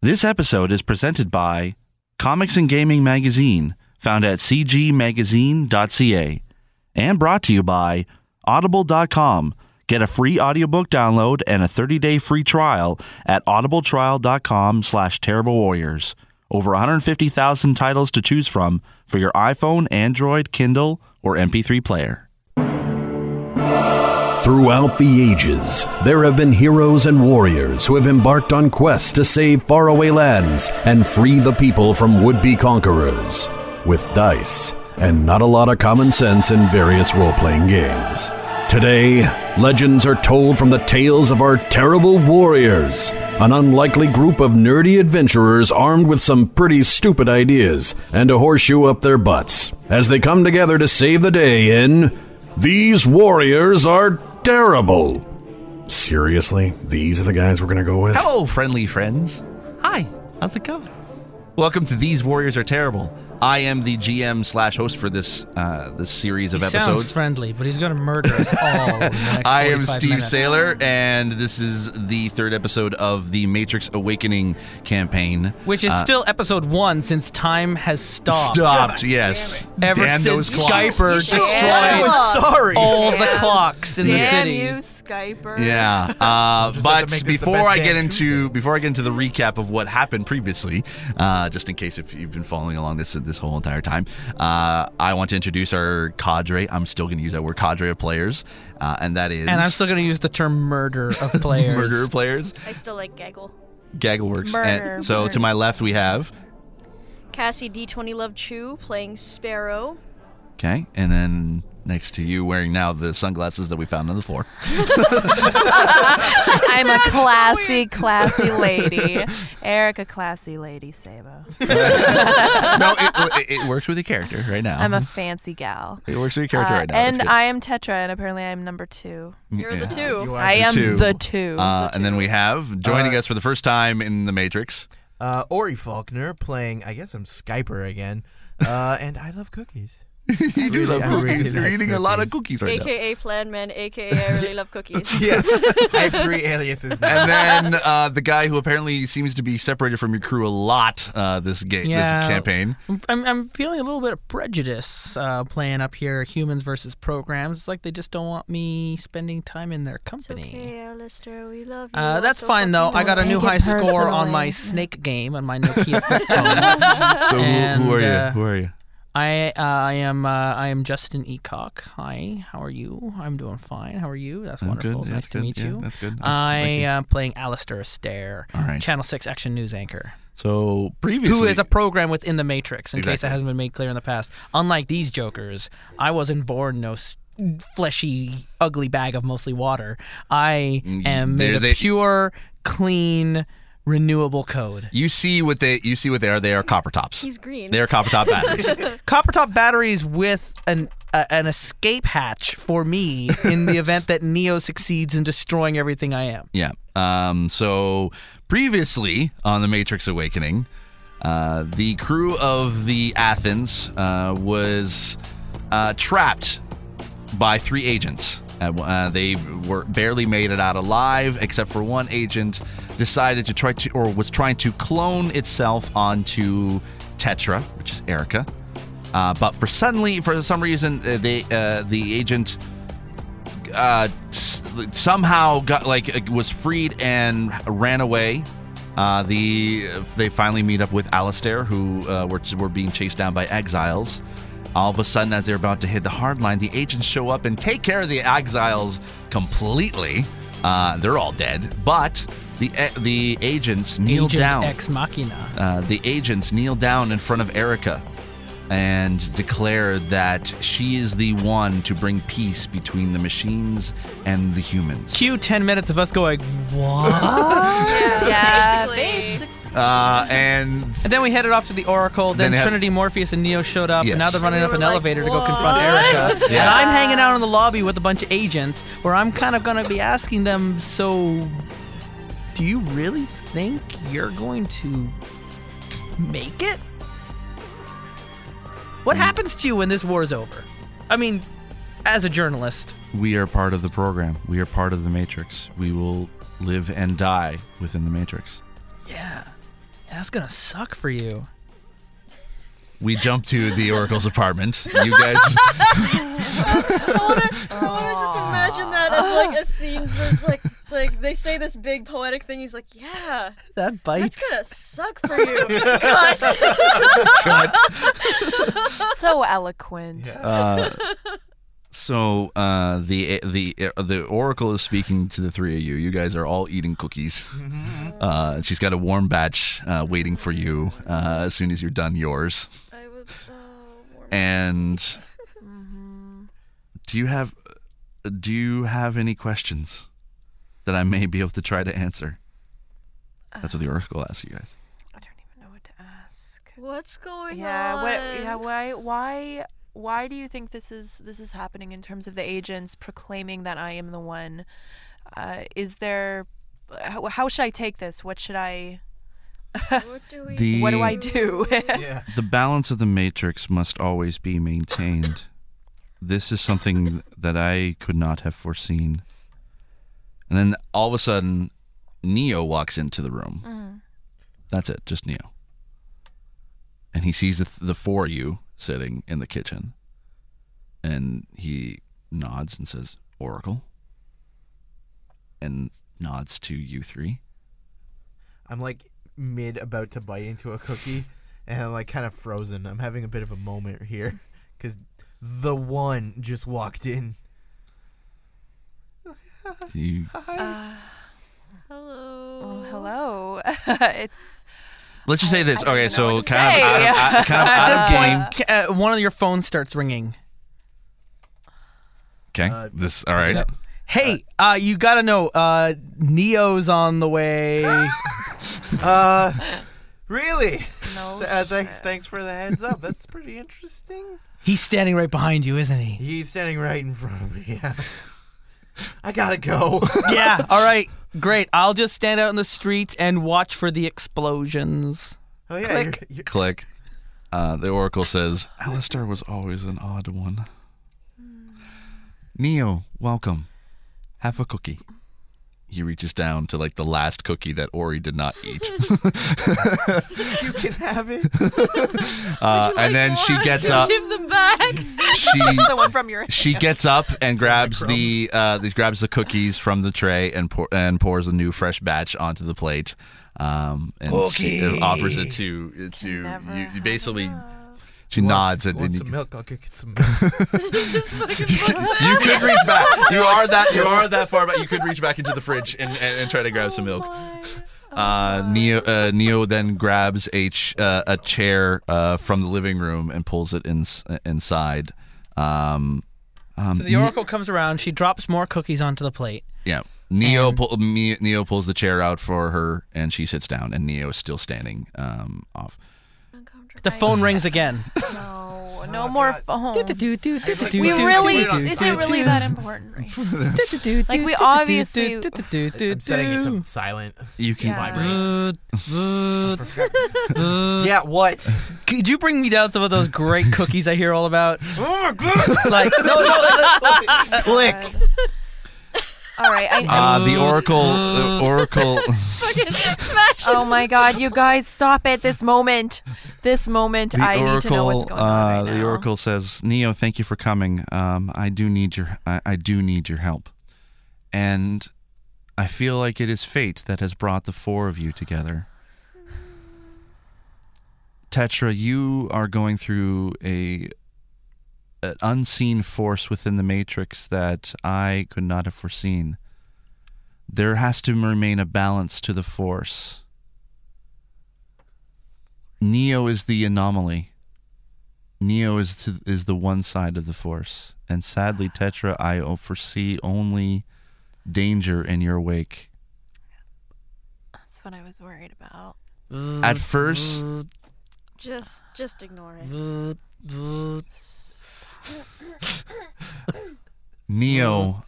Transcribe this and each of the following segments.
This episode is presented by Comics and Gaming Magazine, found at cgmagazine.ca, and brought to you by Audible.com. Get a free audiobook download and a 30-day free trial at audibletrial.com slash terrible warriors. Over 150,000 titles to choose from for your iPhone, Android, Kindle, or MP3 player. Throughout the ages, there have been heroes and warriors who have embarked on quests to save faraway lands and free the people from would be conquerors. With dice and not a lot of common sense in various role playing games. Today, legends are told from the tales of our terrible warriors, an unlikely group of nerdy adventurers armed with some pretty stupid ideas and a horseshoe up their butts, as they come together to save the day in these warriors are terrible. Seriously? These are the guys we're going to go with? Hello, friendly friends. Hi, how's it going? Welcome to These Warriors Are Terrible. I am the GM slash host for this uh, this series of He episodes. sounds friendly, but he's gonna murder us all. in the next I am 45 Steve minutes. Saylor, and this is the third episode of the Matrix Awakening campaign. Uh, which is still episode one since time has stopped. Stopped, yes. Ever Damn since those clocks. Skyper You shut destroyed up. sorry. all the clocks in the Damn city. you, Skyper. Yeah, uh, Just have to but make this the before best I damn get into before I get into the recap of what happened previously, uh, just in case if you've been following along this this whole entire time, uh, I want to introduce our cadre. I'm still going to use that word cadre of players, uh, and that is And I'm still gonna use the term murder of players. murder of players. I still like gaggle. Gaggleworks. Murder, and so to murder. my left we have Cassie D20 Love Chew playing Sparrow. okay, and then next to you wearing now the sunglasses that we found on the floor. I'm a classy, classy lady. Erica, classy lady, Sabo. no, it, it, it works with your character right now. I'm a fancy gal. it works with your character Uh, right now. and That's I am Tetra, and apparently I'm number two. good. You're Yeah. the two. I am two. the two. Uh, and then we have joining Uh, us for the first time in the Matrix. Uh, Ori Faulkner playing, I guess I'm Skyper again. Uh, and I love cookies. You do Really, love I really cookies. You're like eating a lot of cookies. cookies right now. AKA Plan Man, AKA I really love cookies. Yes. I have three aliases now. And then uh, the guy who apparently seems to be separated from your crew a lot uh, this game, Yeah. this campaign. I'm, I'm feeling a little bit of prejudice uh, playing up here, humans versus programs. It's like they just don't want me spending time in their It's company. okay, Alistair, we love you. Uh, I'm that's so fine though. fucking I got a Don't new take high it score on my personally. Snake game on my Nokia flip phone. So who, who And, are you? uh, who are you? I uh, I am uh, I am Justin Eacock. Hi, how are you? I'm doing fine. How are you? That's I'm wonderful. good. It's Yeah, nice it's to good. meet Yeah, you. that's good. Nice to I meet you. am playing Alistair Astaire, All right. Channel Six Action News anchor, So previously, who is a program within the Matrix. In case Exactly. that hasn't been made clear in the past, unlike these jokers, I wasn't born no. s fleshy ugly bag of mostly water i am Mm, there made of they- pure clean renewable code you see what they you see what they are. They are copper tops. He's green. They are copper top batteries. copper top batteries with an uh, an escape hatch for me in the event that Neo succeeds in destroying everything I am. yeah. Um, so previously on the Matrix Awakening, uh, the crew of the Athens uh, was uh, trapped by three agents. Uh, uh, they were barely made it out alive, except for one agent decided to try to, or was trying to clone itself onto Tetra, which is Erica. Uh, but for suddenly, for some reason, uh, they uh, the agent uh, s- somehow got like uh, was freed and ran away. Uh, the they finally meet up with Alistair, who uh, were, were being chased down by exiles. All of a sudden, as they're about to hit the hard line, the agents show up and take care of the exiles completely. Uh, they're all dead, but the eh, the agents kneel Agent down Ex Machina. uh, the agents kneel down in front of Erica and declare that she is the one to bring peace between the machines and the humans. Cue ten minutes of us going what, yeah, Basically. Uh, and and then we headed off to the Oracle. Then, Then they had- Trinity, Morpheus, and Neo showed up. Yes. And now they're running And up we an were like, elevator to go confront "What?" Erica. Yeah. And I'm hanging out in the lobby with a bunch of agents, where I'm kind of gonna be asking them. So, do you really think you're going to make it? Hmm. What happens to you when this war is over? I mean, as a journalist, we are part of the program. We are part of the Matrix. We will live and die within the Matrix. yeah. That's gonna suck for you. We jump to the Oracle's apartment. You guys, I want to just imagine that as like a scene that's like, it's like they say this big poetic thing. He's like, yeah, That bites. it's gonna suck for you. Cut. so eloquent. so uh, the the the Oracle is speaking to the three of you. You guys are all eating cookies. Mm-hmm. Uh, she's got a warm batch uh, waiting for you uh, as soon as you're done yours. I would. Oh, Mormon. And Mm-hmm. do you have do you have any questions that I may be able to try to answer? That's Um, what the Oracle asks you guys. I don't even know what to ask. What's going Yeah. on? What? Yeah. Why? Why? Why do you think this is this is happening in terms of the agents proclaiming that I am the one? Uh, is there? How, how should I take this? What should I? What do we? The- What do I do? Yeah. The balance of the matrix must always be maintained. this is something that I could not have foreseen. And then all of a sudden, Neo walks into the room. That's it, just Neo. And he sees the, th- the four of you sitting in the kitchen. And he nods and says, Oracle. And nods to you three. I'm like mid about to bite into a cookie, and I'm like kind of frozen. I'm having a bit of a moment here, because the one just walked in. You Hello. Oh, hello. it's Let's just say this. Okay, so kind say. of, out of, out- kind of out of game. Ca- Uh, one of your phones starts ringing. Okay, Uh, this all right. Hey, uh, you gotta know, uh, Neo's on the way. Uh, really? no. Uh, thanks, thanks for the heads up. That's pretty interesting. He's standing right behind you, isn't he? He's standing right in front of me. Yeah. I gotta go. yeah. All right. Great. I'll just stand out in the street and watch for the explosions. Oh yeah. You're, you're, Click. Uh, the Oracle says, Alistair was always an odd one. Neo, welcome. Have a cookie. He reaches down to like the last cookie that Ori did not eat. you can have it. Uh, and then she Why? gets up. Give them back. She the one from your. she gets up and grabs the uh, the- grabs the cookies from the tray and pour, and pours a new fresh batch onto the plate. Um, and she Cookie. offers it to to never you. you have basically, she nods and, Want and you, some milk? I'll go get some milk. just fucking books you could reach back. You are that you are that far back. You could reach back into the fridge and, and, and try to grab some milk. Uh, Neo uh, Neo then grabs a ch- uh, a chair uh, from the living room and pulls it in, inside. Um, um, So the Oracle comes around. She drops more cookies onto the plate. Yeah. Neo pull, me, Neo pulls the chair out for her, and she sits down, and Neo is still standing um, off. The phone rings again. Oh, No, no more phone. We We really. do, Is do, it really that important? right? Like, we obviously- I'm setting it to silent. You can Yeah. Yeah. What? Could you bring me down some of those great cookies I hear all about? Oh my god. Like, no, no, Click. All right. I, Uh, the Oracle, the Oracle, fucking smash. oh my God, you guys, stop it! This moment, this moment, the I Oracle, need to know what's going uh, on right the now. Oracle says, "Neo, thank you for coming. Um, I do need your, I, I do need your help, and I feel like it is fate that has brought the four of you together." Tetra, you are going through a an unseen force within the matrix that I could not have foreseen. There has to remain a balance to the force. Neo is the anomaly. Neo is to, is the one side of the force, and sadly, Tetra, I o- foresee only danger in your wake. That's what I was worried about. At first, Just, just ignore Mm. it. Neo,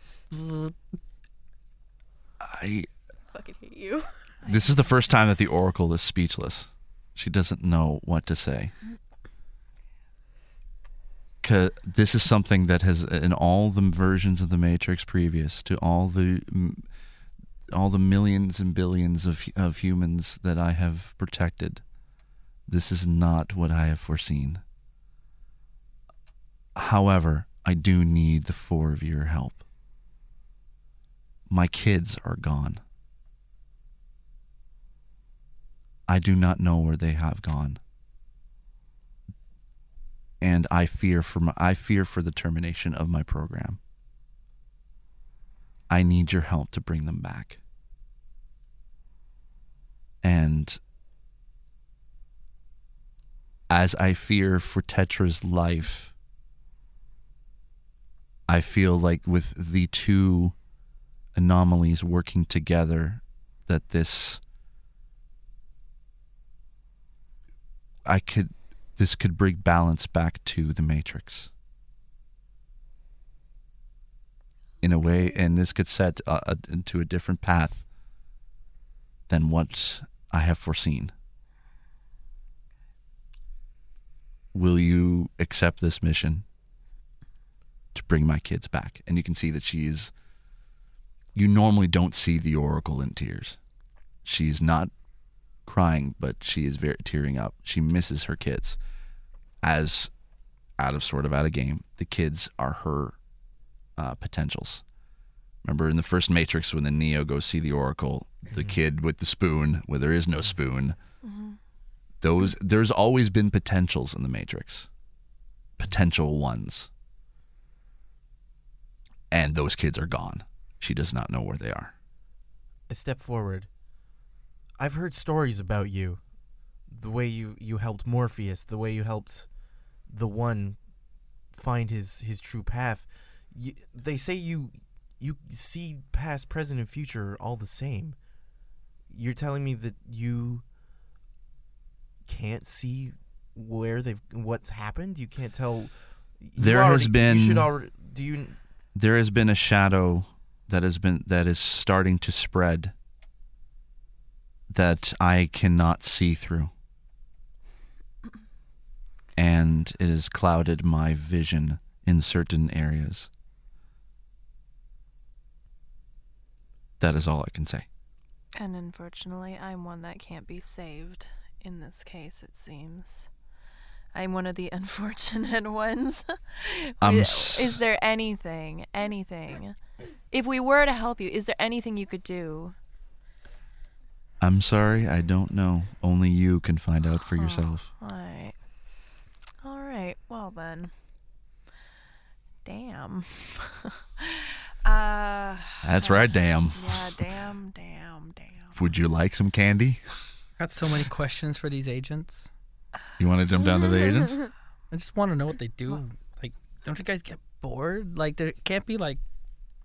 I Fucking hate you. This is the first time that the Oracle is speechless. She doesn't know what to say. 'Cause This is something that has, in all the versions of the Matrix previous to all the mm, all the millions and billions of of humans that I have protected. This is not what I have foreseen. However, I do need the four of your help. My kids are gone. I do not know where they have gone. And I fear for my, I fear for the termination of my program. I need your help to bring them back. And as I fear for Tetra's life, I feel like with the two anomalies working together, that this I could this could bring balance back to the Matrix in a way, and this could set uh, uh, into a different path than what I have foreseen. Will you accept this mission to bring my kids back? And you can see that she's. You normally don't see the Oracle in tears. She's not crying, but she is very tearing up. She misses her kids. As out of sort of out of game, the kids are her uh, potentials. Remember in the first Matrix when the Neo goes see the Oracle, the kid with the spoon, where there is no spoon. Those there's always been potentials in the Matrix, potential ones, and those kids are gone. She does not know where they are. a step forward. I've heard stories about you, the way you you helped Morpheus, the way you helped the one find his his true path. You, they say you you see past, present, and future all the same. You're telling me that you can't see where they've what's happened. You can't tell. you There has already- You should been- already. Do you? there has been a shadow that has been that is starting to spread that I cannot see through. And it has clouded my vision in certain areas. That is all I can say. And unfortunately, I'm one that can't be saved in this case, it seems. I'm one of the unfortunate ones. I'm Is- s- is there anything, anything? If we were to help you, is there anything you could do? I'm sorry, I don't know. Only you can find out for yourself. All right. All right. Well then. Damn. uh That's right, damn. yeah, damn, damn, damn. Would you like some candy? Got so many questions for these agents. You want to jump down to the agents? I just want to know what they do. Like, don't you guys get bored? Like, there can't be like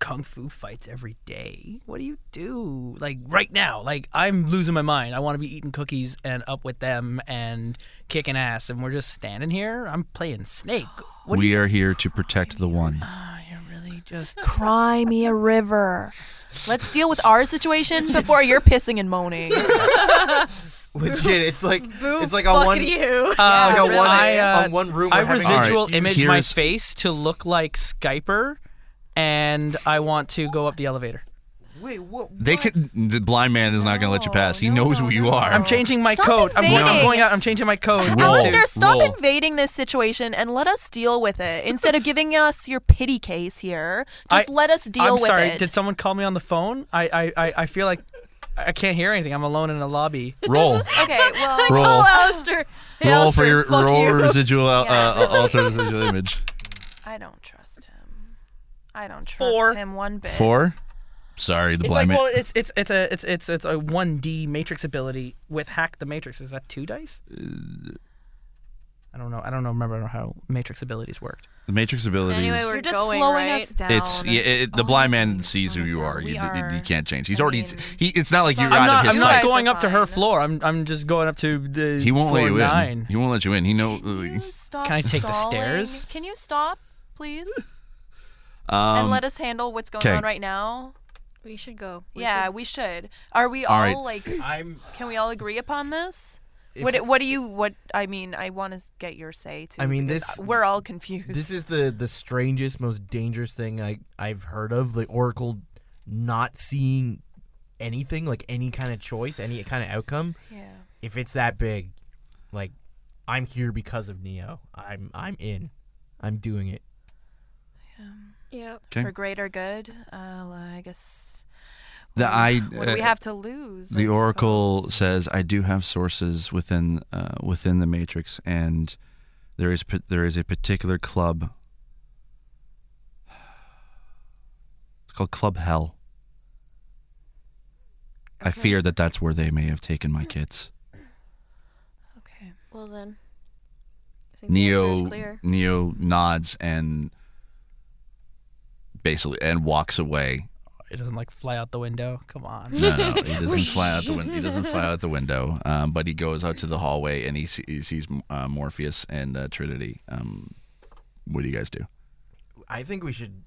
kung fu fights every day. What do you do? Like right now, like I'm losing my mind. I want to be eating cookies and up with them and kicking ass, and we're just standing here. I'm playing Snake. What do we you? are here to protect the one. Oh, you're really Uh, just cry me a river. Let's deal with our situation before you're pissing and moaning. Legit, it's like Boo, it's like fuck a one you. Uh, It's like a one, I, uh, on one room. I we're having a- residual All right, image my here's- face to look like Skyper, and I want to go up the elevator. Wait, what? They what? could. The blind man is not going to let you No, pass. He no, knows no, who you no. are. I'm changing my Stop code. I'm going, I'm invading. going out. I'm changing my code. Roll. Alistair, stop Roll. invading this situation and let us deal with it. Instead of giving us your pity case here, just I- let us deal I'm with sorry. it. Did someone call me on the phone? I, I, I, I feel like I can't hear anything. I'm alone in a lobby. Roll. okay, well, Roll. Call Alistair. Hey, roll Alistair, for your fuck roll you. residual uh, Yeah. uh, alter residual image. I don't trust him. I don't trust Four. him one bit. Four. Sorry, the It's blind like, man. well, it's it's it's a it's it's it's a one D matrix ability with hack the matrix. Is that two dice? Uh, I don't know. I don't know. Remember how matrix abilities worked. the matrix abilities. Anyway, we're You're just going, slowing right? us down. it's yeah, it, the Oh, blind man okay, sees who slowing us you down. are. We You, are- you can't change. He's I already. mean- he. It's not like I'm you're out not- I'm of his not. I'm sight. not sight. going up to her Fine. floor. I'm I'm just going up to the. he won't let floor you nine. in. He won't let you in. He know. uh, Can you stop Can I take the stalling? stairs? Can you stop, please? and Um, let us handle what's going 'kay. on right now. We should go. We yeah, should- we should. Are we all, All right. like? I'm. Can we all agree upon this? If- what What do you? What I mean, I want to get your say too. I mean, because this- We're all confused. This is the the strangest, most dangerous thing I I've heard of. The Oracle not seeing anything, like any kind of choice, any kind of outcome, Yeah. if it's that big, like I'm here because of Neo. I'm I'm in. I'm doing it. Yeah. Okay. For greater good, uh, I guess. The I What do we uh, have to lose? the I Oracle suppose? says I do have sources within uh, within the Matrix, and there is pa- there is a particular club. It's called Club Hell. I Okay. fear that that's where they may have taken my kids. Okay. Well then. I think The answer is Neo clear. Neo nods and basically and walks away. It doesn't like fly out the window. Come on. No, no, he doesn't fly out the window. He doesn't fly out the window. Um, but he goes out to the hallway and he, see- he sees uh, Morpheus and uh, Trinity. Um, what do you guys do? I think we should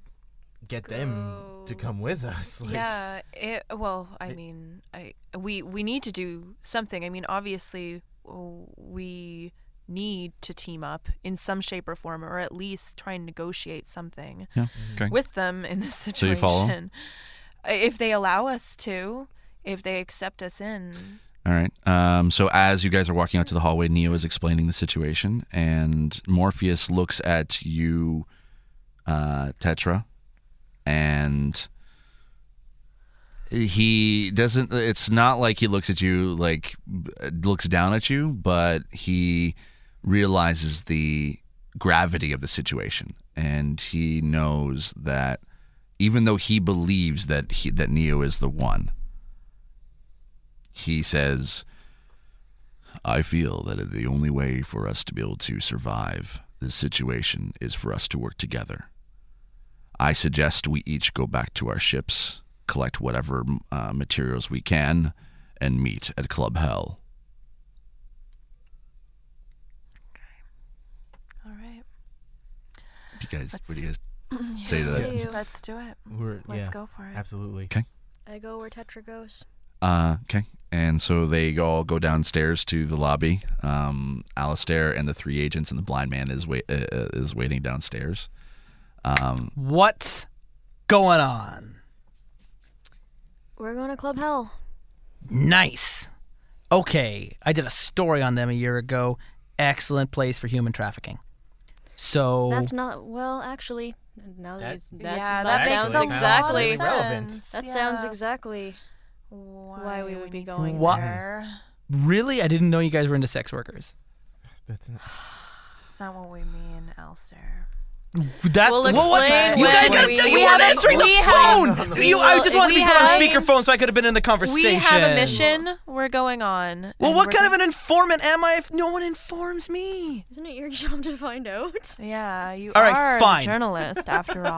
get them to come with us. Like, yeah. It, well, I It- mean, I we we need to do something. I mean, obviously, w- we need to team up in some shape or form, or at least try and negotiate something Yeah. Okay. with them in this So you situation. follow? I- If they allow us to, if they accept us in, All right. Um, so as you guys are walking out to the hallway, Neo is explaining the situation, and Morpheus looks at you, uh, Tetra, and he doesn't. It's not like he looks at you like b- looks down at you, but he realizes the gravity of the situation, and he knows that even though he believes that he, that Neo is the one, he says, I feel that the only way for us to be able to survive this situation is for us to work together. I suggest we each go back to our ships, collect whatever uh, materials we can, and meet at Club Hell. all right, Do you guys, what do you guys say to Let's, that? Yeah. let's do it. we're Let's yeah, go for it. absolutely. I go where Tetra goes. Uh, okay. And so they all go downstairs to the lobby. Um, Alistair and the three agents and the blind man is wait, uh, uh, is waiting downstairs. Um, What's going on? We're going to Club Hell. Nice. Okay, I did a story on them a year ago. Excellent place for human trafficking. So That's not well, actually. Now that, That- you- yeah, that that sounds makes sounds exactly relevant. That sounds exactly. why, we we would would be need to going Wha- there. really, I didn't know you guys were into sex workers. That's not, It's not what we mean, Alistair. That We'll well, what- explain you guys when gotta we- tell we you weren't have- answering we the have- phone. we you, I will- just wanted to we be put on have- speaker so I could have been in the conversation. We have a mission. We're going on. Well, and what we're kind of go- an informant am I if no one informs me? Isn't it your job to find out? Yeah, you All right, are fine. a journalist after all.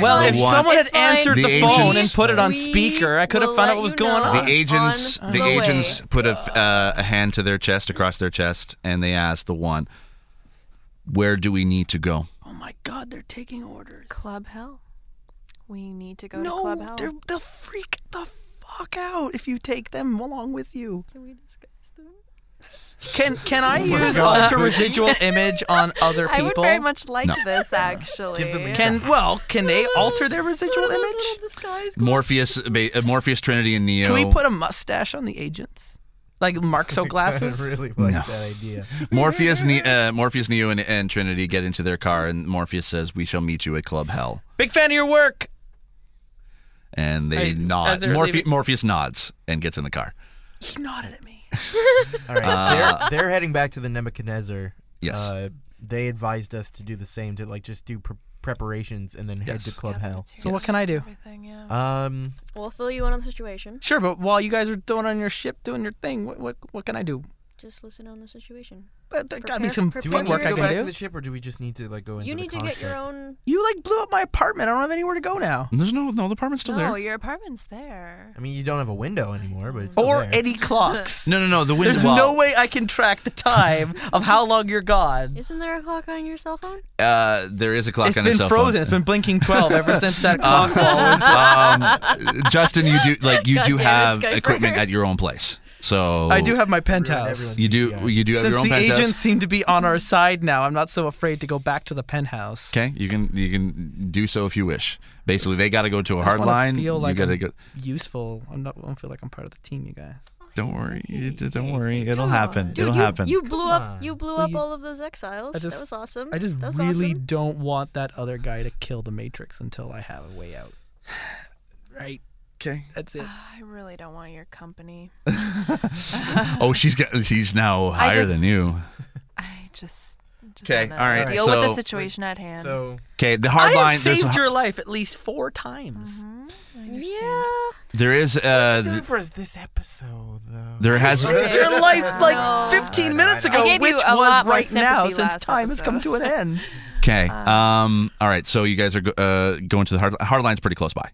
well, fine. if What? someone It's had fine. answered The the, phone agents- and put it on We speaker, I could will have found let out what was you going know. on. The agents, on the the agents way. put a, f- uh, a hand to their chest, across their chest, and they asked the one, "Where do we need to go?" Oh my god, they're taking orders. Club Hell. We need to go to Club No, Hell. they're, they'll freak the fuck out if you take them along with you. Can we discuss them? Can can I use alter residual image on other I would people? very much like No. this actually. Give them a- Can well, can they alter their residual Sort of those image? little disguise Morpheus, ba- uh, Morpheus, Trinity, and Neo. Can we put a mustache on the agents? Like Marxo I glasses? really like No. that idea. Morpheus, ne- uh, Morpheus, Neo, and, and Trinity get into their car, and Morpheus says, "We shall meet you at Club Hell." Big fan of your work. And they Hey, nod. as they're Morphe- leaving- Morpheus nods and gets in the car. He nodded at me. All right, Uh, they're, they're heading back to the Nebuchadnezzar. Yes. Uh, they advised us to do the same, to like just do pre- preparations and then head Yes. to Club Hell. So what can I do? Everything, yeah. Um, We'll fill you in on the situation. Sure, but while you guys are doing on your ship, doing your thing, what what, what can I do? Just listen on the situation. But there gotta be Prepare- some prepare do we foot need work to I go back can to do. the ship, or do we just need to like go into You the need to get your construct? own. you like blew up my apartment. I don't have anywhere to go now. There's no, no, the apartment's still no, Oh, there. Oh, your apartment's there. I mean, you don't have a window anymore, but it's still Or there. any clocks. No, no, no. The window. There's no way I can track the time of how long you're gone. Isn't there a clock on your cell phone? Uh, there is a clock It's on been his cell frozen. phone. Uh, It's been blinking 12 ever since that clock. um, Justin, you do like you God do damn it, have Skyper. equipment at your own place. So I do have my Ruin penthouse. everyone's You do PCI. you do have Since your own the penthouse. agents seem to be on our side now, I'm not so afraid to go back to the penthouse. Okay, you can you can do so if you wish. Basically, they got to go to a I just hard wanna line. Feel like you got to I'm go. useful. I'm not. I don't feel like I'm part of the team, you guys. Don't worry, you- don't worry. It'll Come happen. on. It'll you, happen. You blew on. up. You blew Well, up you- all of those exiles. I just- that was Mm, awesome. I just that was really awesome. don't want that other guy to kill the Matrix until I have a way out. right. okay. That's it. I really don't want your company. Oh, she's got she's now I higher than just- you. I just. just 'Kay, wanna all right, Deal with so- the situation at hand. So Okay, the hard I have line. there's a Mm-hmm. saved har- your life at least four times. I understand. Yeah. there is uh do th- it for us this episode though. there has Saved your life like No. 15 minutes I know. ago, I gave which you a was lot more right now sympathy since last time has come episode. to an end. okay. Um, all right. So you guys are go- uh, going to the hard hard line's pretty close by.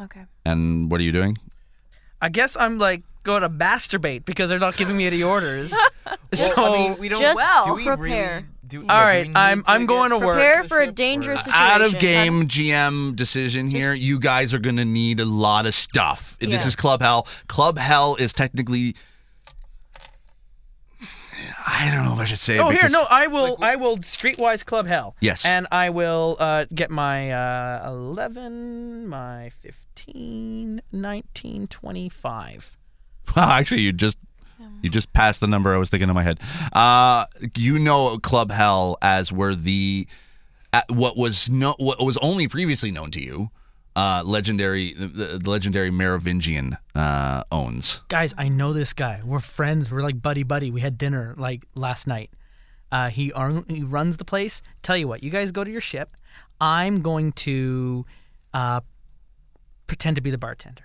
Okay. And what are you doing? I guess I'm like going to masturbate because they're not giving me any orders. Well, so I mean, we don't Just well, do we prepare. Really, do, all right, I'm I'm going to work. Prepare for a dangerous situation. Out of game GM decision here. You guys are gonna need a lot of stuff. This Yeah. is Club Hell. Club Hell is technically. I don't know if I should say. it Oh, here, because- no, I will, I will streetwise club hell. Yes. and I will uh, get my uh, eleven, my 15, 19, 25. Well, actually, you just you just passed the number I was thinking in my head. Uh, you know Club Hell as where the at what was no what was only previously known to you, uh, legendary the, the legendary Merovingian uh, owns. Guys, I know this guy. We're friends. We're like buddy buddy. We had dinner like last night. Uh, he, ar- he runs the place. Tell you what, you guys go to your ship. I'm going to uh, pretend to be the bartender.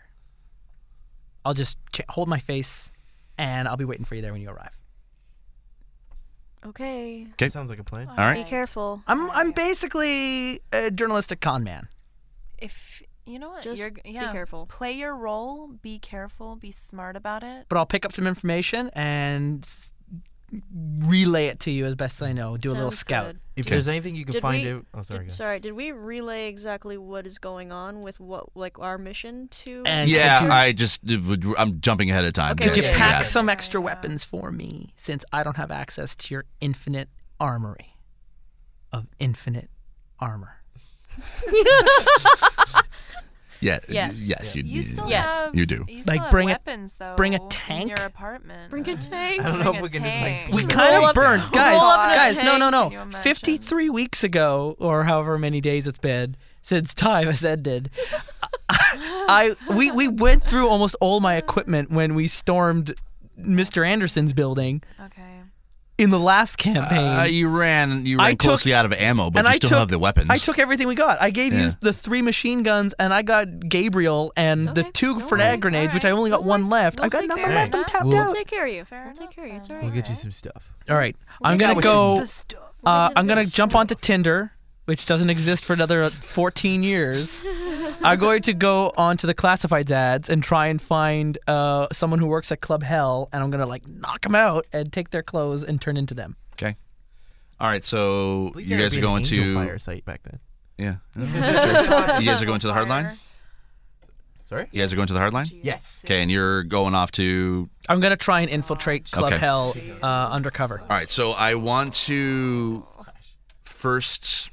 I'll just ch- hold my face, and I'll be waiting for you there when you arrive. Okay. Okay. Sounds like a plan. All right. Be careful. I'm I'm basically a journalistic con man. If you know what, Just you're, be yeah, careful. Play your role. Be careful. Be smart about it. but I'll pick up some information and s- relay it to you as best I know. Do a little Sounds scout. good. If Okay. there's anything you can Did find we- out, oh sorry, did, go. sorry. Did we relay exactly what is going on with what, like, our mission to? And Yeah, could you, I just I'm jumping ahead of time. Okay, could you Yes, okay. pack yes. some extra Yeah. weapons for me since I don't have access to your infinite armory of infinite armor? Yeah, Yes. yes, you, You still Yes. have. You do. You still Like, have bring a- weapons though. bring a In tank? your apartment. Bring a tank. I don't know Bring if a we can just tank. like. We Roll kind of up- burned, roll guys. up in a Guys, no, tank, no, can you no. imagine? Fifty three weeks ago, or however many days it's been since time has ended. I we we went through almost all my equipment when we stormed Mr. Anderson's building Okay. in the last campaign. Uh, you ran you I ran took- closely out of ammo, but and you I still took- have the weapons. I took everything we got. I gave Yeah. you the three machine guns, and I got Gabriel and the Okay, two don't grenade worry, grenades, which I alright, only got don't one worry. left. We'll I've got take nothing care of left. I'm that. tapped We'll out. We'll take care of you. Fair we'll take enough care of you. It's then. all We'll right. get you some stuff. All right, We'll I'm get gonna you go. some stuff. We'll Uh, get I'm you gonna some jump stuff. onto Tinder, which doesn't exist for another uh, 14 years. I'm going to go onto the classifieds ads and try and find uh, someone who works at Club Hell, and I'm gonna like knock them out and take their clothes and turn into them. Okay. All right, so you Believe there guys would be are an going angel to fire site back then. yeah. you guys are going to the hard line. Sorry. You guys are going to the hard line. Yes. Okay, and you're going off to. I'm gonna try and infiltrate Club Okay. Hell uh, undercover. All right, so I want to first.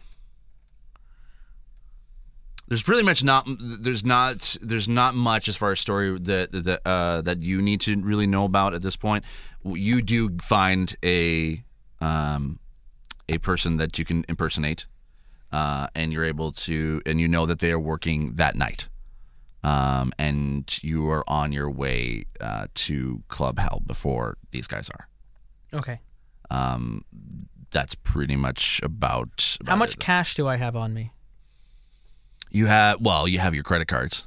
There's pretty much not there's not there's not much as far as story that that uh, that you need to really know about at this point. You do find a um, a person that you can impersonate, uh, and you're able to and you know that they are working that night, um, and you are on your way uh, to Club Hell before these guys are Okay. um, that's pretty much about, about How much it. cash do I have on me? you have well you have your credit cards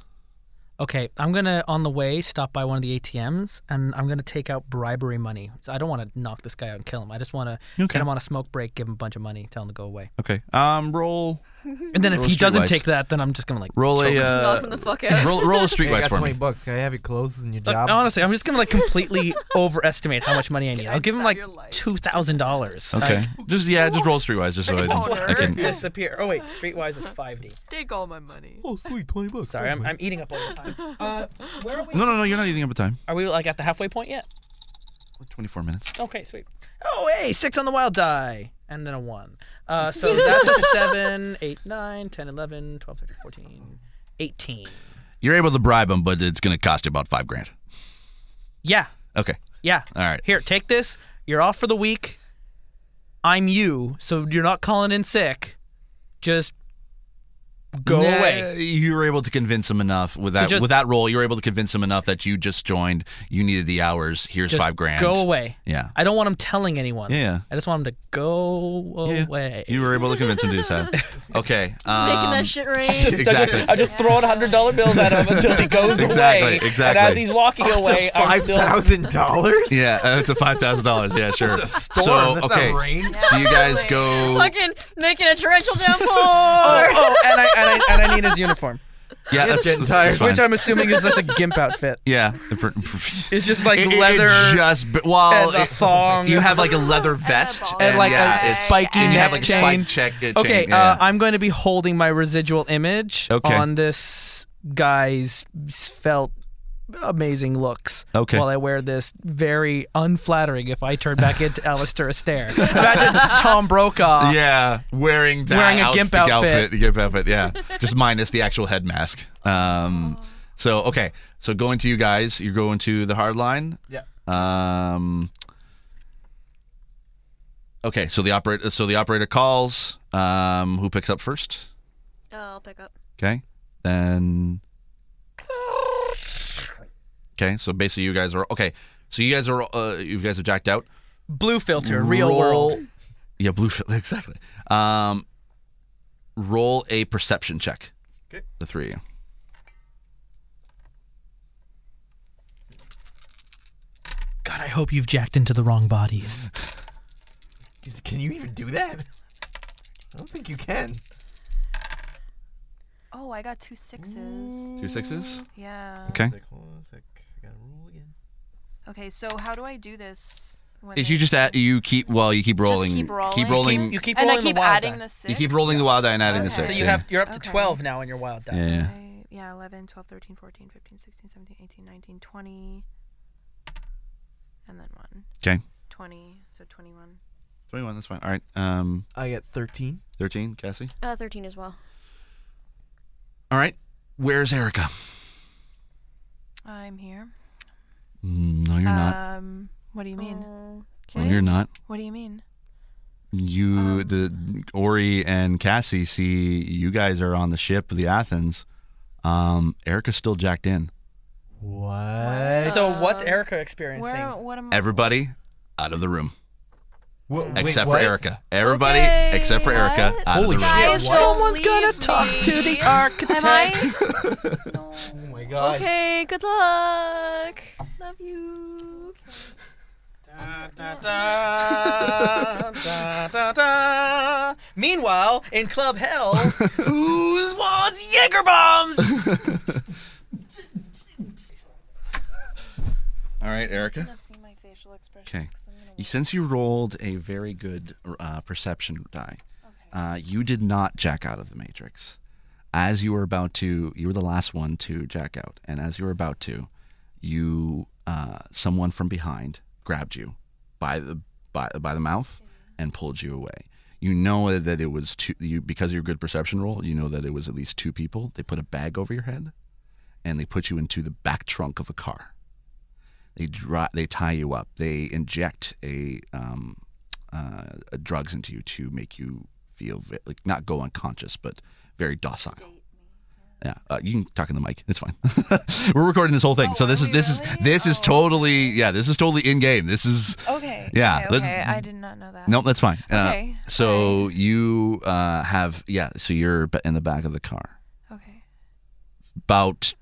Okay, I'm gonna on the way stop by one of the ATMs and I'm gonna take out bribery money. So I don't want to knock this guy out and kill him. I just want to Okay. get him on a smoke break, give him a bunch of money, tell him to go away. okay um roll Mm-hmm. And then if Roll he doesn't streetwise. take that, then I'm just gonna like roll a choke him. Knock uh, him the fuck out. roll, roll a Hey, I streetwise got for twenty me bucks. Can I have your clothes and your Look, job? honestly, I'm just gonna like completely overestimate how much money I need. I'll give him like your life. two thousand dollars. okay just yeah just roll streetwise just so I, I can disappear. Oh wait, streetwise is five D. Take all my money. oh, sweet, twenty bucks. Sorry, I'm, I'm eating up all the time. Uh, where are we? No, no, no. You're not eating up a time. Are we like at the halfway point yet? Like 24 minutes. Okay, sweet. Oh, hey, six on the wild die. And then a one. Uh, so that's a seven, eight, nine, 10, 11, 12, 13, 14, 18. You're able to bribe him, but it's going to cost you about five grand. Yeah, Okay. yeah. All right. Here, take this. You're off for the week. I'm you, so you're not calling in sick. Just go Nah, away. You were able to convince him enough with that just- with that role. You were able to convince him enough that you just joined. You needed the hours. Here's Just five grand. Go away. Yeah. I don't want him telling anyone. Yeah. I just want him to go Yeah. away. You were able to convince him to do that. Okay. Making um, that shit rain. Exactly. I'm just throwing hundred dollar bills at him until he goes Exactly, away. And exactly. as he's walking away, I'm Five still thousand dollars? Yeah, uh, it's a five thousand dollars. Yeah, sure. That's a storm. So That's okay, not rain. so you guys go. Fucking making a torrential Oh, downpour. oh, and I, and I and I need his uniform, Yeah, that's, It's getting that's, tired. that's fine. which I'm assuming is just a gimp outfit. yeah, It's just like It- it leather just b- well, and a it- thong. You have like a leather vest And like a yeah, it's- spiky and you have neck like a spike chain. check. uh, chain, Okay, yeah. uh, I'm going to be holding my residual image Okay. on this guy's felt amazing looks Okay. while I wear this very unflattering if I turn back into Alistair Astaire. Imagine Tom Brokaw. yeah, wearing that uh, wearing a outfit, gimp the outfit. the gimp outfit. Yeah, just minus the actual head mask. Oh. Um, so okay, so going to you guys, you're going to the hard line. Yeah. Um. Okay, so the operator, so the operator calls. Um, who picks up first? I'll pick up. Okay, then. Okay, so basically you guys are okay. So you guys are uh, you guys have jacked out. blue filter, real Roll- world. Yeah, blue filter. Exactly. Um, roll a perception check. Okay. The three of you. God, I hope you've jacked into the wrong bodies. Is- Can you even do that? I don't think you can. Oh, I got two sixes. Two sixes. Yeah. Okay. hold on a sec. I gotta roll again. Okay, so how do I do this? When If they- you just add, you keep well, you keep rolling, keep rolling. keep rolling, You keep and I rolling keep the wild adding die. the six. you keep rolling the wild die and adding the Okay. six. So you yeah. have you're up to Okay. twelve now in your wild die. yeah. Okay, yeah, 11, 12, 13, 14, 15, 16, 17, 18, 19, 20. And then 1. Okay. 20, so 21. Twenty-one. That's fine. All right. Um, I got thirteen. thirteen. Cassie. Uh, 13 as well. All right. Where's Erica? I'm here. Mm, No, you're not. Um, what do you mean? No, Oh, you're not. What do you mean? You, Um, the Ori and Cassie see you guys are on the ship, the Athens. Um, Erica's still jacked in. What? So what's Erica experiencing? Where? What am I? Everybody out of the room What, except what? for Erica. Everybody Okay, except for Erica what? out Holy of the room. shit. Guys, What? someone's gonna Talk to the architect. Am I? no. Oh my god. Okay, good luck. Love you. Da, da, da, da. Meanwhile, in Club Hell, who wants Jaeger bombs? All right, Erica. See my facial expressions. Okay. 'cause I'm gonna- You- Since you rolled a very good uh, perception die, uh, you did not jack out of the matrix. As you were about to, you were the last one to jack out, and as you were about to, you uh, someone from behind grabbed you by the by, by the mouth and pulled you away. You know that it was two you because of your good perception roll. You know that it was at least two people. They put a bag over your head, and they put you into the back trunk of a car they dry, they tie you up. They inject a, um, uh, a drugs into you to make you feel ve- like not go unconscious, but very docile. Yeah, uh, you can talk in the mic. It's fine. We're recording this whole thing, so this is this is this is totally yeah, this is totally in game. This is Okay. Yeah, Okay. let's- mm. okay, I did not know that. nope, that's fine. Okay, Uh, so you uh, have yeah, so you're b- in the back of the car. Okay. about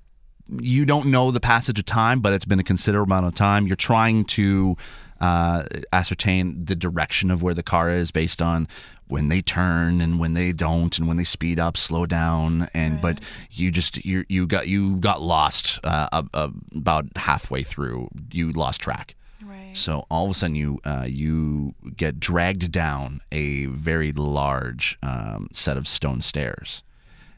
you don't know the passage of time, but it's been a considerable amount of time. You're trying to uh, ascertain the direction of where the car is based on when they turn and when they don't, and when they speed up, slow down, and but you just you you got you got lost uh, ab- ab- about halfway through. You lost track. Right. So all of a sudden, you uh, you get dragged down a very large um, set of stone stairs,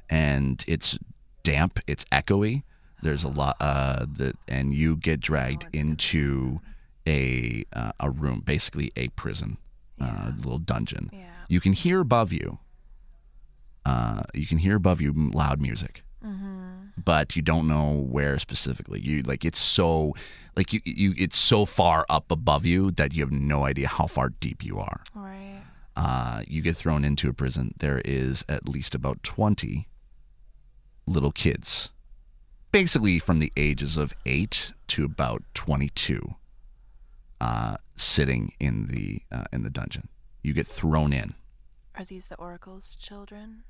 and it's damp, it's echoey, There's a lot, uh, that, and you get dragged into a uh, a room, basically a prison, uh, little dungeon. Yeah. You can hear above you. Uh, you can hear above you m- loud music, but you don't know where specifically. You like it's so, like you, you it's so far up above you that you have no idea how far deep you are Right. uh, you get thrown into a prison, there is at least about 20 little kids, basically from the ages of 8 to about 22, uh, sitting in the, uh, in the dungeon. You get thrown in. Are these the Oracle's children?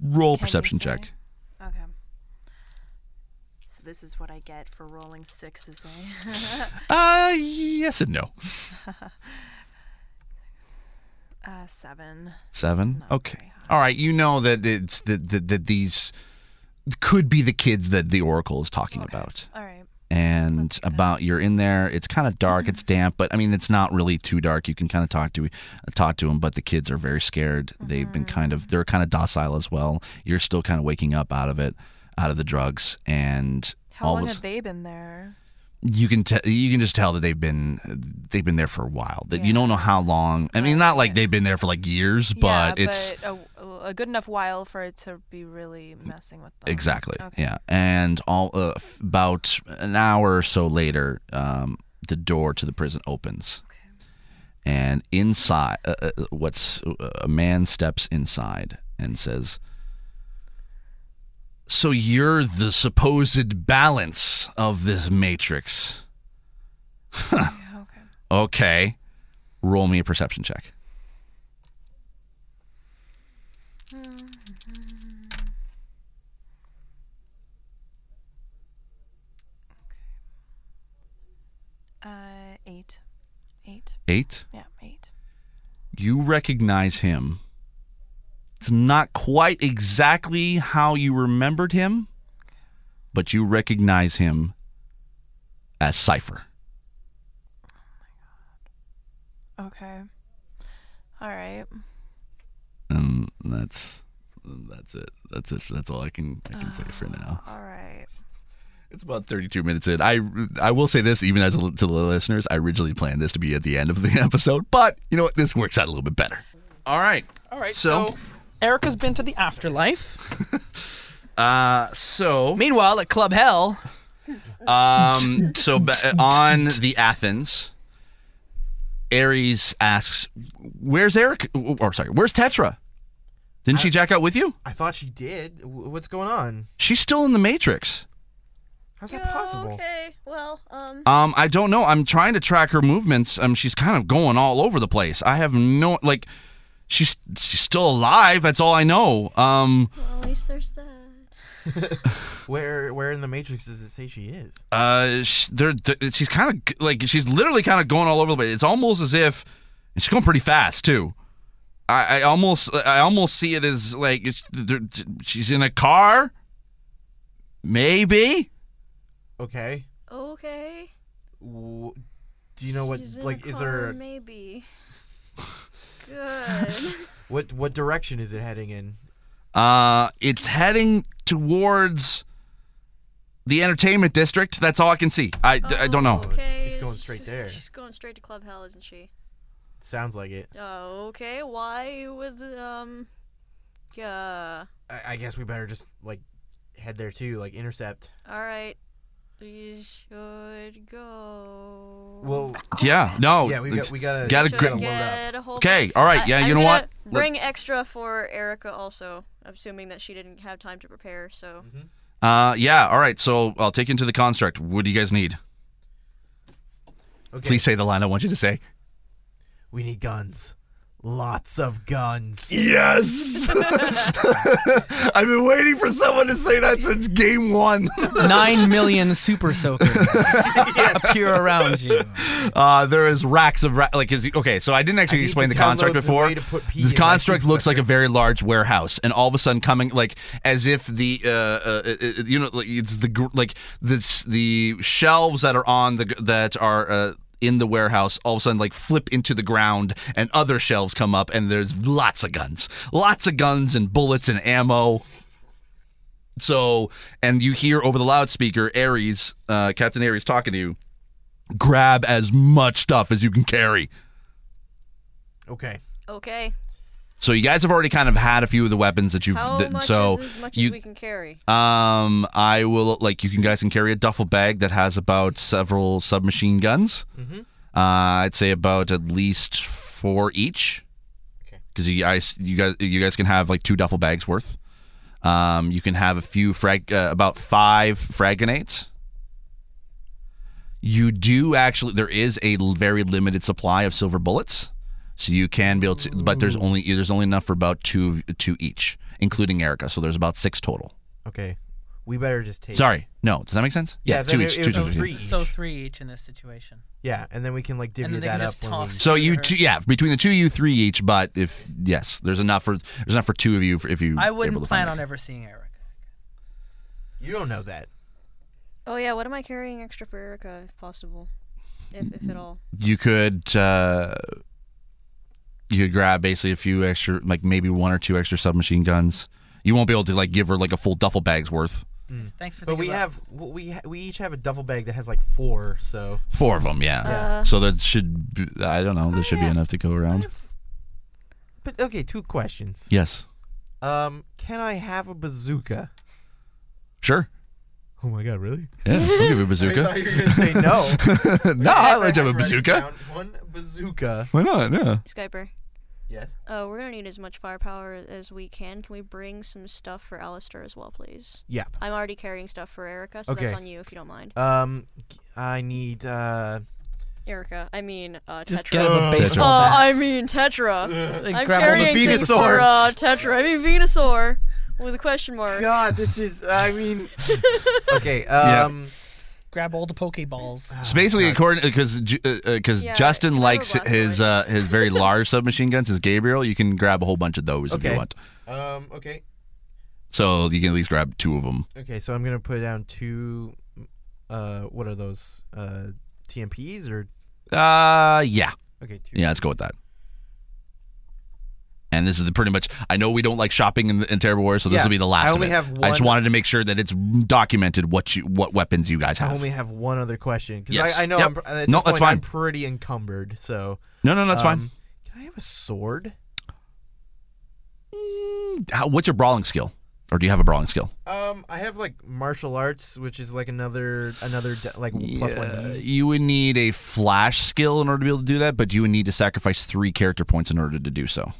Roll Can you perception say? check. Okay. So this is what I get for rolling sixes, eh? Uh, yes and no. uh, seven. Seven. Not okay. very All right. You know that it's that, that that these could be the kids that the Oracle is talking about. All right. and about you're in there. It's kind of Mm-hmm. dark, it's damp, but I mean it's not really too dark. You can kind of talk to talk to them, but the kids are very scared. They've Mm-hmm. been kind of they're kind of docile as well. You're still kind of waking up out of it, out of the drugs, and How all long of a have they been there? you can tell you can just tell that they've been they've been there for a while. That you don't know how long. I mean, not like they've been there for like years, but yeah, it's but a, a good enough while for it to be really messing with them. Exactly. Okay. Yeah. And all uh, f- about an hour or so later, um, the door to the prison opens, and inside, uh, uh, what's uh, a man steps inside and says, "So you're the supposed balance of this matrix? Yeah, Okay. Okay, roll me a perception check." Uh, eight. Eight. Eight. Yeah, eight. you recognize him. It's not quite exactly how you remembered him, but you recognize him as Cypher. Okay. All right. And that's that's it. That's it. That's all I can I can say for now. All right. Uh. It's about 32 minutes in. I I will say this even as a, to the listeners, I originally planned this to be at the end of the episode, but you know what? This works out a little bit better. All right. All right. So- So, Erica's been to the afterlife. Uh so Meanwhile, at Club Hell, Um, so ba- on the Athens, Ares asks, "Where's Eric? Or sorry, where's Tetra? Didn't she jack out with you? I thought she did. W- what's going on? She's still in the Matrix. How's Yeah, that possible? Okay. Well, um, Um, I don't know. I'm trying to track her movements. Um, she's kind of going all over the place. I have no like." She's she's still alive. That's all I know. Um, well, at least there's that. Where where in the Matrix does it say she is? uh, sh there th- she's kind of like she's literally kind of going all over the place. It's almost as if and she's going pretty fast too. I, I almost I almost see it as like it's, there- she's in a car, maybe. Okay. Okay. W- do you know what She's in a like is car, there maybe? Good. what what direction is it heading in? Uh, it's heading towards the entertainment district. That's all I can see. I, I don't know. Okay. it's going she's- straight she's- there. She's going straight to Club Hell, isn't she? Sounds like it. Oh, okay. Why would um? Yeah. I, I guess we better just like head there too, like intercept. All right. We should go. Well, Yeah, no. yeah, we Oh, it's- got we gotta gotta Should gr- load up. get a whole Okay, bunch- all right, yeah, I- you I'm know what? Let- gonna Bring extra for Erica also, assuming that she didn't have time to prepare. So Mm-hmm. uh, yeah. All right. So I'll take you into the construct. What do you guys need? Okay. Please say the line I want you to say. We need guns. Lots of guns. Yes. I've been waiting for someone to say that since game one. nine million super soakers appear around you. Uh, there is racks of ra- like. Is, okay, so I didn't actually I need explain to the construct download the before. way to put pee this in my construct super looks like a sucker. very large warehouse, and all of a sudden, coming like as if the uh, uh, uh, uh, you know, like, it's the gr- like this the shelves that are on the g- that are. Uh, in the warehouse, all of a sudden, like flip into the ground, and other shelves come up, and there's lots of guns, lots of guns and bullets and ammo. So, and you hear over the loudspeaker Ares, uh, Captain Ares talking to you. Grab as much stuff as you can carry. Okay. Okay. So you guys have already kind of had a few of the weapons that you've. How that- much so is as much you- as we can carry? Um, I will like you can guys can carry a duffel bag that has about several submachine guns. Mhm. Uh, I'd say about at least four each. Okay. Because you guys, you guys, you guys can have like two duffel bags worth. Um, you can have a few frag, uh, about five frag grenades. You do actually. There is a l- very limited supply of silver bullets, so you can be able to. But there's only there's only enough for about two two each, including Erica. So there's about six total. Okay. We better just take. Sorry. No. Does that make sense? Yeah. then two it- each. it two, would two, be two. three So each. three each in this situation. Yeah, and then we can like divvy then they that can up. just when toss. So you two, yeah, between the two of you, three each. But if yes, there's enough for there's enough for two of you for, if you. I able wouldn't to find plan on it. ever seeing Eric. we, you don't know that. Oh yeah, what am I carrying extra for Erica, if possible, if if at all? You could uh, you could grab basically a few extra, like maybe one or two extra submachine guns. You won't be able to like give her like a full duffel bag's worth. Thanks for But thinking we about have w- we ha- we each have a duffel bag that has like four. So Four of them, yeah. Yeah. so that should be, I don't know. There should be Uh. yeah. enough to go around. But okay, two questions. Yes. Um, can I have a bazooka? Sure. Oh my god, really? Yeah. I'll give you a bazooka. you were gonna say no. no, I'll let you have a bazooka. One bazooka. Why not? Yeah. Skyper. Yes. Oh, we're gonna need as much firepower as we can. Can we bring some stuff for Alistair as well, please? Yeah. I'm already carrying stuff for Erica, so Okay. that's on you if you don't mind. Um, I need uh. Erica, I mean uh, Just Tetra. get him a Uh, Tetra. baseball Uh, bat. I mean Tetra. Like, I'm grab all the carrying things Venusaur. for uh, Tetra. I mean Venusaur with a question mark. God, this is. I mean. okay. Um. grab all the Pokeballs. So basically, according because because Yeah, uh, Justin can I likes have a his uh, Blastoise? his very large submachine guns, his Gabriel, you can grab a whole bunch of those if Okay. you want. Um. Okay. So you can at least grab two of them. Okay. So I'm gonna put down two. Uh, what are those? Uh, TMPs or Uh yeah, okay? Two. yeah. Let's go with that. And this is the pretty much. I know we don't like shopping in, in Terrible War, so this Yeah, will be the last. I of only it. have I just one- wanted to make sure that it's documented what you what weapons you guys I have. only have one other question because Yes. I, I know Yep. I'm, pr- at this No, that's point, I'm fine. pretty encumbered. So no, no, that's um, Can I have a sword? fine. How, what's your brawling skill, or do you have a brawling skill? Um, I have like martial arts, which is like another another de- like plus one. Yeah, D. You would need a flash skill in order to be able to do that, but you would need to sacrifice three character points in order to do so.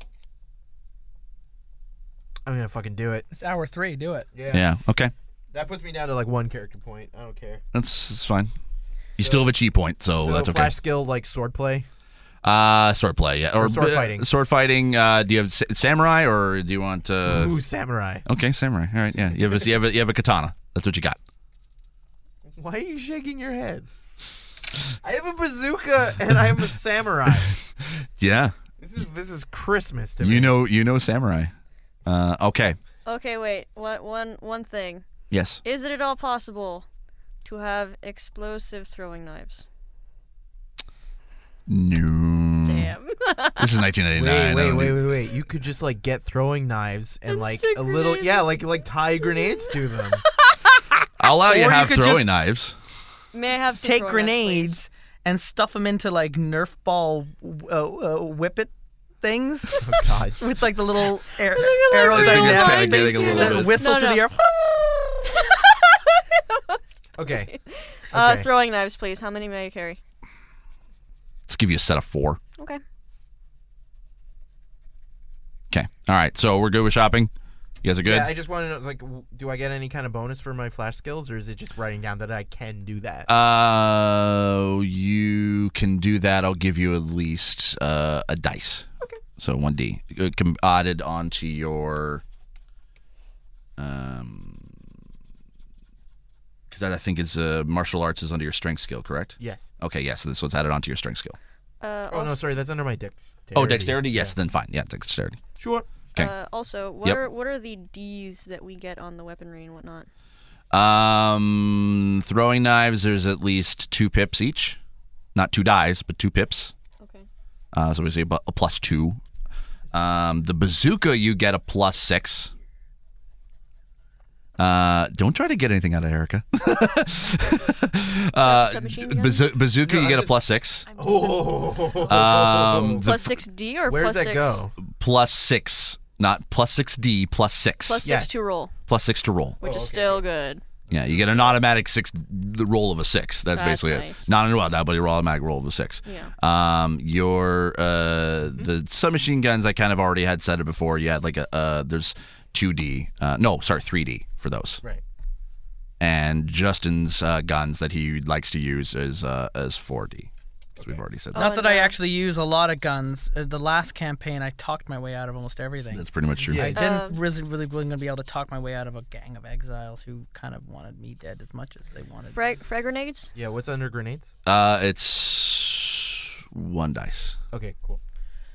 I'm gonna fucking do it. It's hour three. Do it. Yeah. Okay. That puts me down to like one character point. I don't care. That's, that's fine. You still have a chi point, so, so Oh, that's okay. flash skill like sword play. Uh, sword play, yeah, or, sword uh, fighting. sword fighting. Uh, do you have sa- samurai, or do you want? Uh, Ooh, samurai. okay, samurai. All right, yeah. You have a, you have a, you have a katana. That's what you got. Why are you shaking your head? I have a bazooka and I am a samurai. Yeah, this is this is Christmas to me. you know, you know samurai. Uh, okay. Okay, wait. What one one thing? Yes. Is it at all possible to have explosive throwing knives? No. Damn. This is 1989. Wait, I wait, don't wait, need- wait, wait! You could just like get throwing knives and, And like stick a little, grenades yeah, like like tie grenades to them. I'll allow you to Or you have could throwing just- knives. May I have some Take throwing knives, please? grenades and stuff them into like Nerf ball uh, uh, whippet things oh God! with like the little air, They're gonna, like, I think that's kinda aerodynamic rewind getting a things, you little know? bit- whistle No, to no. Oh the air. Okay. Uh, Okay. throwing knives, please. How many may I carry? Let's give you a set of four. Okay. Okay. All right. So we're good with shopping. You guys are good. Yeah, I just want to know, like, w- do I get any kind of bonus for my flash skills, or is it just writing down that I can do that? uh, you can do that. I'll give you at least uh, a dice. Okay. So one D Uh, com- added onto your um. Because that I think is uh, martial arts is under your strength skill, correct? yes. Okay, yes. so this one's added onto your strength skill. Uh, Oh no, also, sorry, that's under my dex. Oh, dexterity. Yes, then fine. Yeah, dexterity. Sure. okay. uh, also, what Yep. are what are the D's that we get on the weaponry and whatnot? Um, throwing knives. There's at least two pips each, not two dies, but two pips. Okay. Uh, so we say bu- a plus two. Um, the bazooka, you get a plus six. Uh, don't try to get anything out of Erica. uh, Submachine bazoo- guns? bazooka, No, you I'm get a just- plus six. Oh. Um, the Plus six D or Where plus does that six? go? plus six, not plus six D, plus six, Plus Yeah. six to roll, plus six to roll. Oh, which is still good. Yeah, you get an automatic six, the roll of a six. That's, That's basically it. nice. Not an well, that, but a automatic roll of a six. Yeah. Um, your uh, the submachine guns I kind of already had said it before. You had like a uh, there's two D, uh, no, sorry, three D for those. Right. And Justin's uh, guns that he likes to use is uh, is four D. As we've already said, that. Not that I actually use a lot of guns. Uh, the last campaign, I talked my way out of almost everything. that's pretty much true. Yeah. I didn't really, really wasn't gonna be able to talk my way out of a gang of exiles who kind of wanted me dead as much as they wanted. Frag, frag grenades. Yeah. What's under grenades? Uh, it's one dice. Okay. Cool.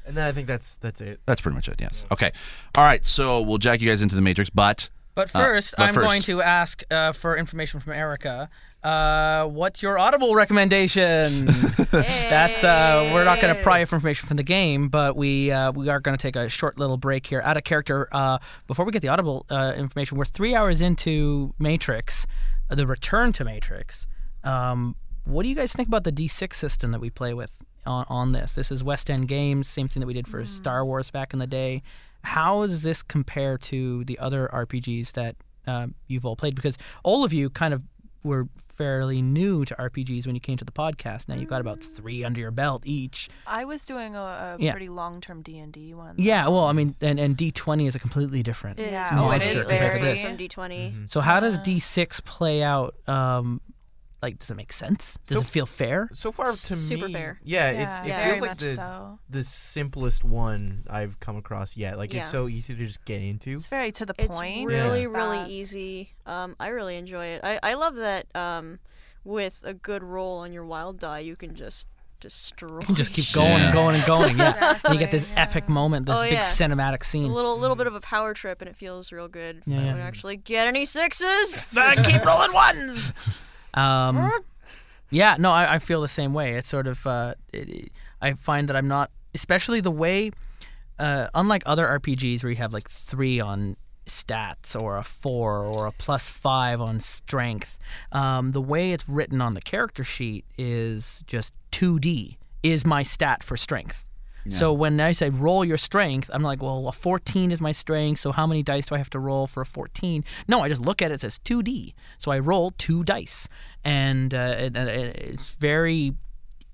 And then I think that's that's it. That's pretty much it. Yes. Okay. All right. So we'll jack you guys into the matrix, but But Uh, first, but I'm going first. to ask uh, for information from Erica. Uh, what's your Audible recommendation? That's uh, we're not going to pry information from the game, but we uh, we are going to take a short little break here. Out of character, uh, before we get the Audible uh, information, we're three hours into Matrix, uh, the return to Matrix. Um, what do you guys think about the D6 system that we play with on, on this? This is West End Games, same thing that we did for Star Wars back in the day. How does this compare to the other RPGs that uh, you've all played? Because all of you kind of were fairly new to RPGs when you came to the podcast. Now you've got about Mm. three under your belt each. I was doing a, a Yeah. pretty long-term D and D one. Yeah, well, I mean, and, and D20 is a completely different. It is Yeah, cool. oh, it It's is compared very- to Mm-hmm. this. Some D 20 So how does D6 play out? Um, like, does it make sense? Does So- it feel fair? So far to Super me, fair. Yeah, Yeah, it's it Yeah. very feels like much the so. the simplest one I've come across yet. Like Yeah. it's so easy to just get into. It's very to the It's point. really, It's really fast. easy. Um, I really enjoy it. I, I love that um, with a good roll on your wild die, you can just destroy. You can just keep going Yeah. and going and going. Yeah. And you get this epic moment, this Oh, big yeah. cinematic a scene. little, little bit of a power trip, and it feels real good. If I Mm-hmm. Yeah. would actually get any sixes. keep rolling ones. Um, yeah, no, I, I feel the same way. It's sort of uh, it- it, I find that I'm not, especially the way, uh, unlike other RPGs where you have like three on stats or a four or a plus five on strength. Um, the way it's written on the character sheet is just 2D is my stat for strength. So when I say roll your strength, I'm like, well, a 14 is my strength. So how many dice do I have to roll for a 14? No, I just look at it. It says 2D. So I roll two dice, and uh, it, it- it's very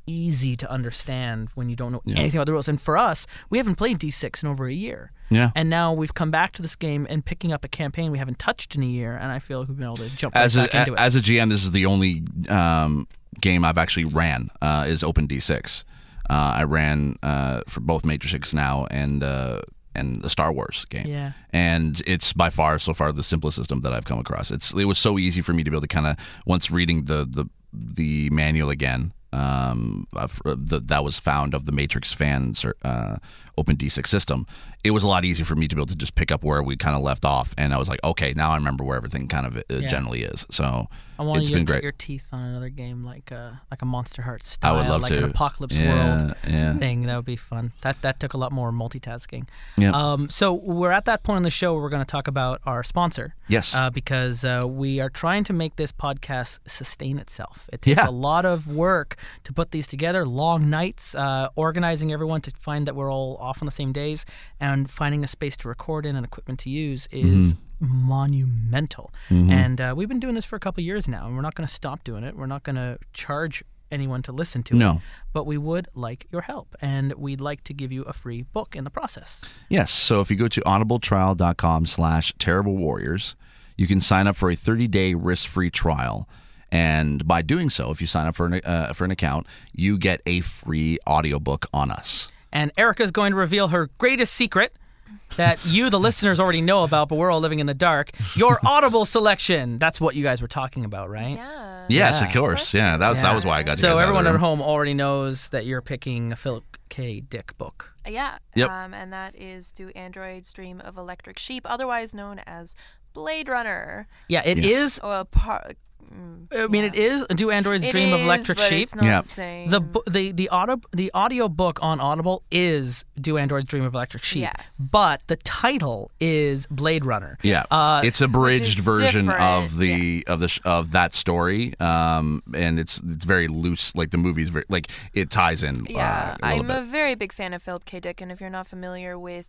easy to understand when you don't know anything about the rules. And for us, we haven't played D6 in over a year. Yeah. And now we've come back to this game and picking up a campaign we haven't touched in a year, and I feel like we've been able to jump right as back a, into it. as a GM, this is the only um, game I've actually ran uh, is Open D6. Uh, I ran uh, for both Matrix now and uh, and the Star Wars game. Yeah. And it's by far so far the simplest system that I've come across. It's it was so easy for me to be able to kind of once reading the the the manual again. Um, of- uh, the, that was found of the Matrix fans or, uh, Open D6 system. It was a lot easier for me to be able to just pick up where we kind of left off, and I was like, okay, now I remember where everything kind of uh, generally is. So I want it's you to been cut great. your teeth on another game like a like a Monster Heart I style, would love like to. an Apocalypse yeah, World Yeah. thing. That would be fun. That that took a lot more multitasking. Yep. Um, so we're at that point on the show where we're going to talk about our sponsor. Yes. Uh, because uh, we are trying to make this podcast sustain itself. It takes Yeah. a lot of work to put these together, long nights, uh, organizing everyone to find that we're all off on the same days, and finding a space to record in and equipment to use is. Mm-hmm. Monumental, and uh, we've been doing this for a couple of years now, and we're not going to stop doing it. We're not going to charge anyone to listen to it, No. but we would like your help, and we'd like to give you a free book in the process. Yes. So if you go to audibletrial.com slash terrible warriors, you can sign up for a 30 day risk free trial. And by doing so, if you sign up for an, uh, for an account, you get a free audiobook on us. And Erica's going to reveal her greatest secret that you, the listeners, already know about, but we're all living in the dark. Your Audible selection. That's what you guys were talking about, right? Yeah. Yes, Yeah. of course. Yeah, that was, that was why I got you So guys out of everyone the at room. home already knows that you're picking a Philip K. Dick book. Yeah. Yep. Um, and that is Do Androids Dream of Electric Sheep, otherwise known as Blade Runner? Yeah, it is. Or par- I mean, it is Do Androids It Dream of is, Electric but Sheep? It's not Yeah. the same. The, bu- the the audio the audio book on Audible is Do Androids Dream of Electric Sheep? Yes. But the title is Blade Runner. Yeah, Uh, it's a bridged is version of different, the of the sh- of that story, um, and it's it's very loose. Like the movie's very like it ties in. Yeah, uh, a little I'm a bit. very big fan of Philip K. Dick, and if you're not familiar with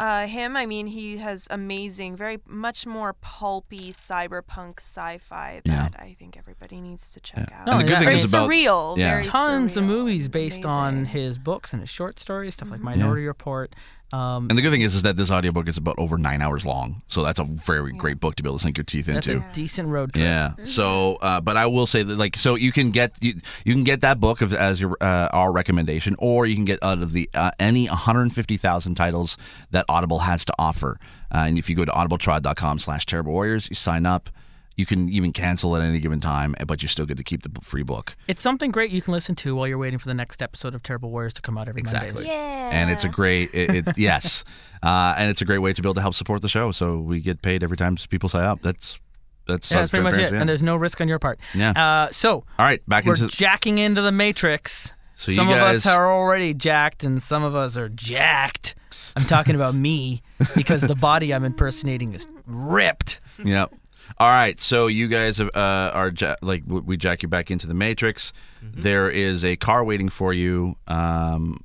uh, him, I mean, he has amazing, very much more pulpy cyberpunk sci-fi Yeah. that I think everybody needs to check out. and the No, good Oh, yeah. thing very is about surreal. yeah. very Tons of surreal movies and based on amazing. Mm-hmm. his books and his short stories, stuff like Minority Report. Um, and the good thing is is that this audiobook is about over nine hours long, so that's a very great book to be able to sink your teeth that's into. a decent road trip. Yeah. So, uh, but I will say that, like, so you can get you, you can get that book of, as your uh, our recommendation, or you can get out of the uh, any 150,000 titles that Audible has to offer. Uh, and if you go to audibletrial.com/slash terrible warriors, you sign up. You can even cancel at any given time, but you still get to keep the b- free book. It's something great you can listen to while you're waiting for the next episode of Terrible Warriors to come out every Exactly. Monday. Yeah. And it's a great, it, it, yes, uh, and it's a great way to be able to help support the show. So we get paid every time people sign up. That's that's Yeah, that's pretty much it. transparency, yeah. And there's no risk on your part. Yeah. Uh, so All right, back we're into jacking into the Matrix. So you some of us guys- are already jacked, and some of us are jacked. I'm talking about me because the body I'm impersonating is ripped. Yep. All right. So you guys have, uh, are ja- like w- we jack you back into the matrix. There is a car waiting for you um,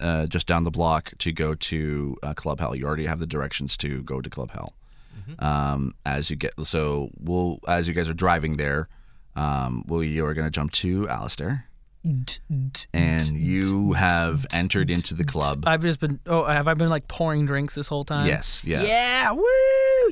uh, just down the block to go to uh, Club Hell. You already have the directions to go to Club Hell. Um, as you get so we'll as you guys are driving there, um, well you are going to jump to Alistair. And you have entered into the club. I've just been. Oh, have I been like pouring drinks this whole time? Yes. Yeah. Yeah. Woo!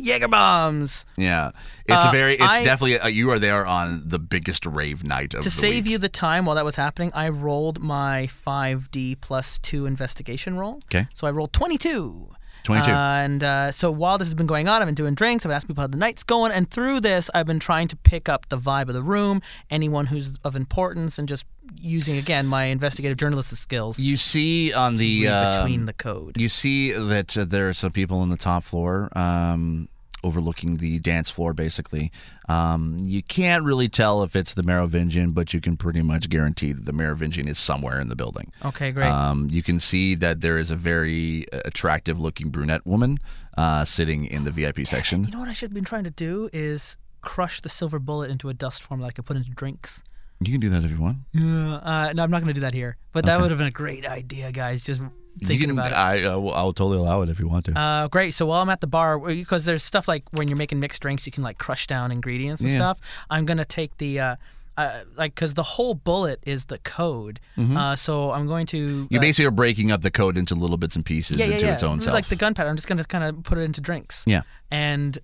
Jager bombs. Yeah. It's Uh, a very. It's I- definitely. A, you are there on the biggest rave night of the to save week. you the time while that was happening, I rolled my 5d plus 2 investigation roll. 'Kay. So I rolled 22. 22. and uh, so while this has been going on, I've been doing drinks, I've been asking people how the night's going, and through this, I've been trying to pick up the vibe of the room, anyone who's of importance, and just using, again, my investigative journalist skills You see on the read um, between the code. You see that uh, there are some people on the top floor, um, overlooking the dance floor. Basically, um, you can't really tell if it's the Merovingian, but you can pretty much guarantee that the Merovingian is somewhere in the building. okay, Oh, great. Um, you can see that there is a very attractive-looking brunette woman uh, sitting in the VIP section. you know what I should have been trying to do is crush the silver bullet into a dust form that I could put into drinks. You can do that if you want. Yeah, uh, no, I'm not going to do that here. But that would have been a great idea, guys. Just you thinking can, about it. I, I will, I'll totally allow it if you want to. Uh, great. So while I'm at the bar, because there's stuff like when you're making mixed drinks, you can like crush down ingredients and Yeah. stuff. I'm gonna take the uh, uh, like because the whole bullet is the code. Uh, so I'm going to Mm-hmm. you uh, basically are breaking up the code into little bits and pieces yeah, yeah, into yeah. its own self. Like the gunpowder, I'm just gonna kind of put it into drinks. yeah. And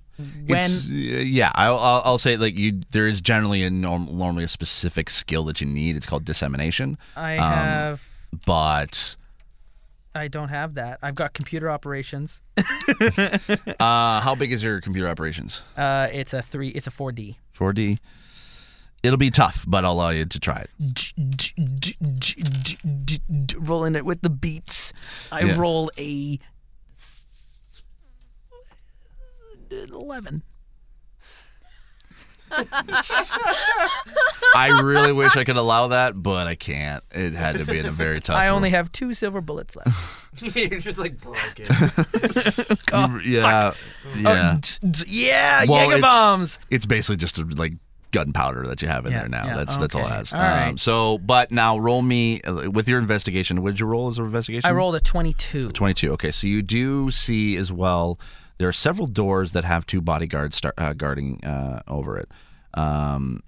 when It's- uh, yeah, I'll, I'll, I'll say like you. There is generally a norm, normally a specific skill that you need. It's called dissemination, I have. but I don't have that. I've got computer operations. uh, how big is your computer operations? Uh, it's a three. It's a four D. 4D. It'll be tough, but I'll allow you to try it. rolling it with the beats. I Yeah. roll a an eleven. I really wish I could allow that, but I can't. It had to be in a very tough. I only roll. have two silver bullets left. You're just like broken. yeah, yeah. Oh, d- d- yeah, Well, Jager it's- bombs. it's basically just a, like gunpowder that you have in Yeah, there now. yeah, That's that's all it okay. has. Um, All right. so, but now roll me uh, with your investigation. What did you roll as an investigation? I rolled a twenty-two. 22. Okay, so you do see as well. There are several doors that have two bodyguards start, uh, guarding uh, over it. Um,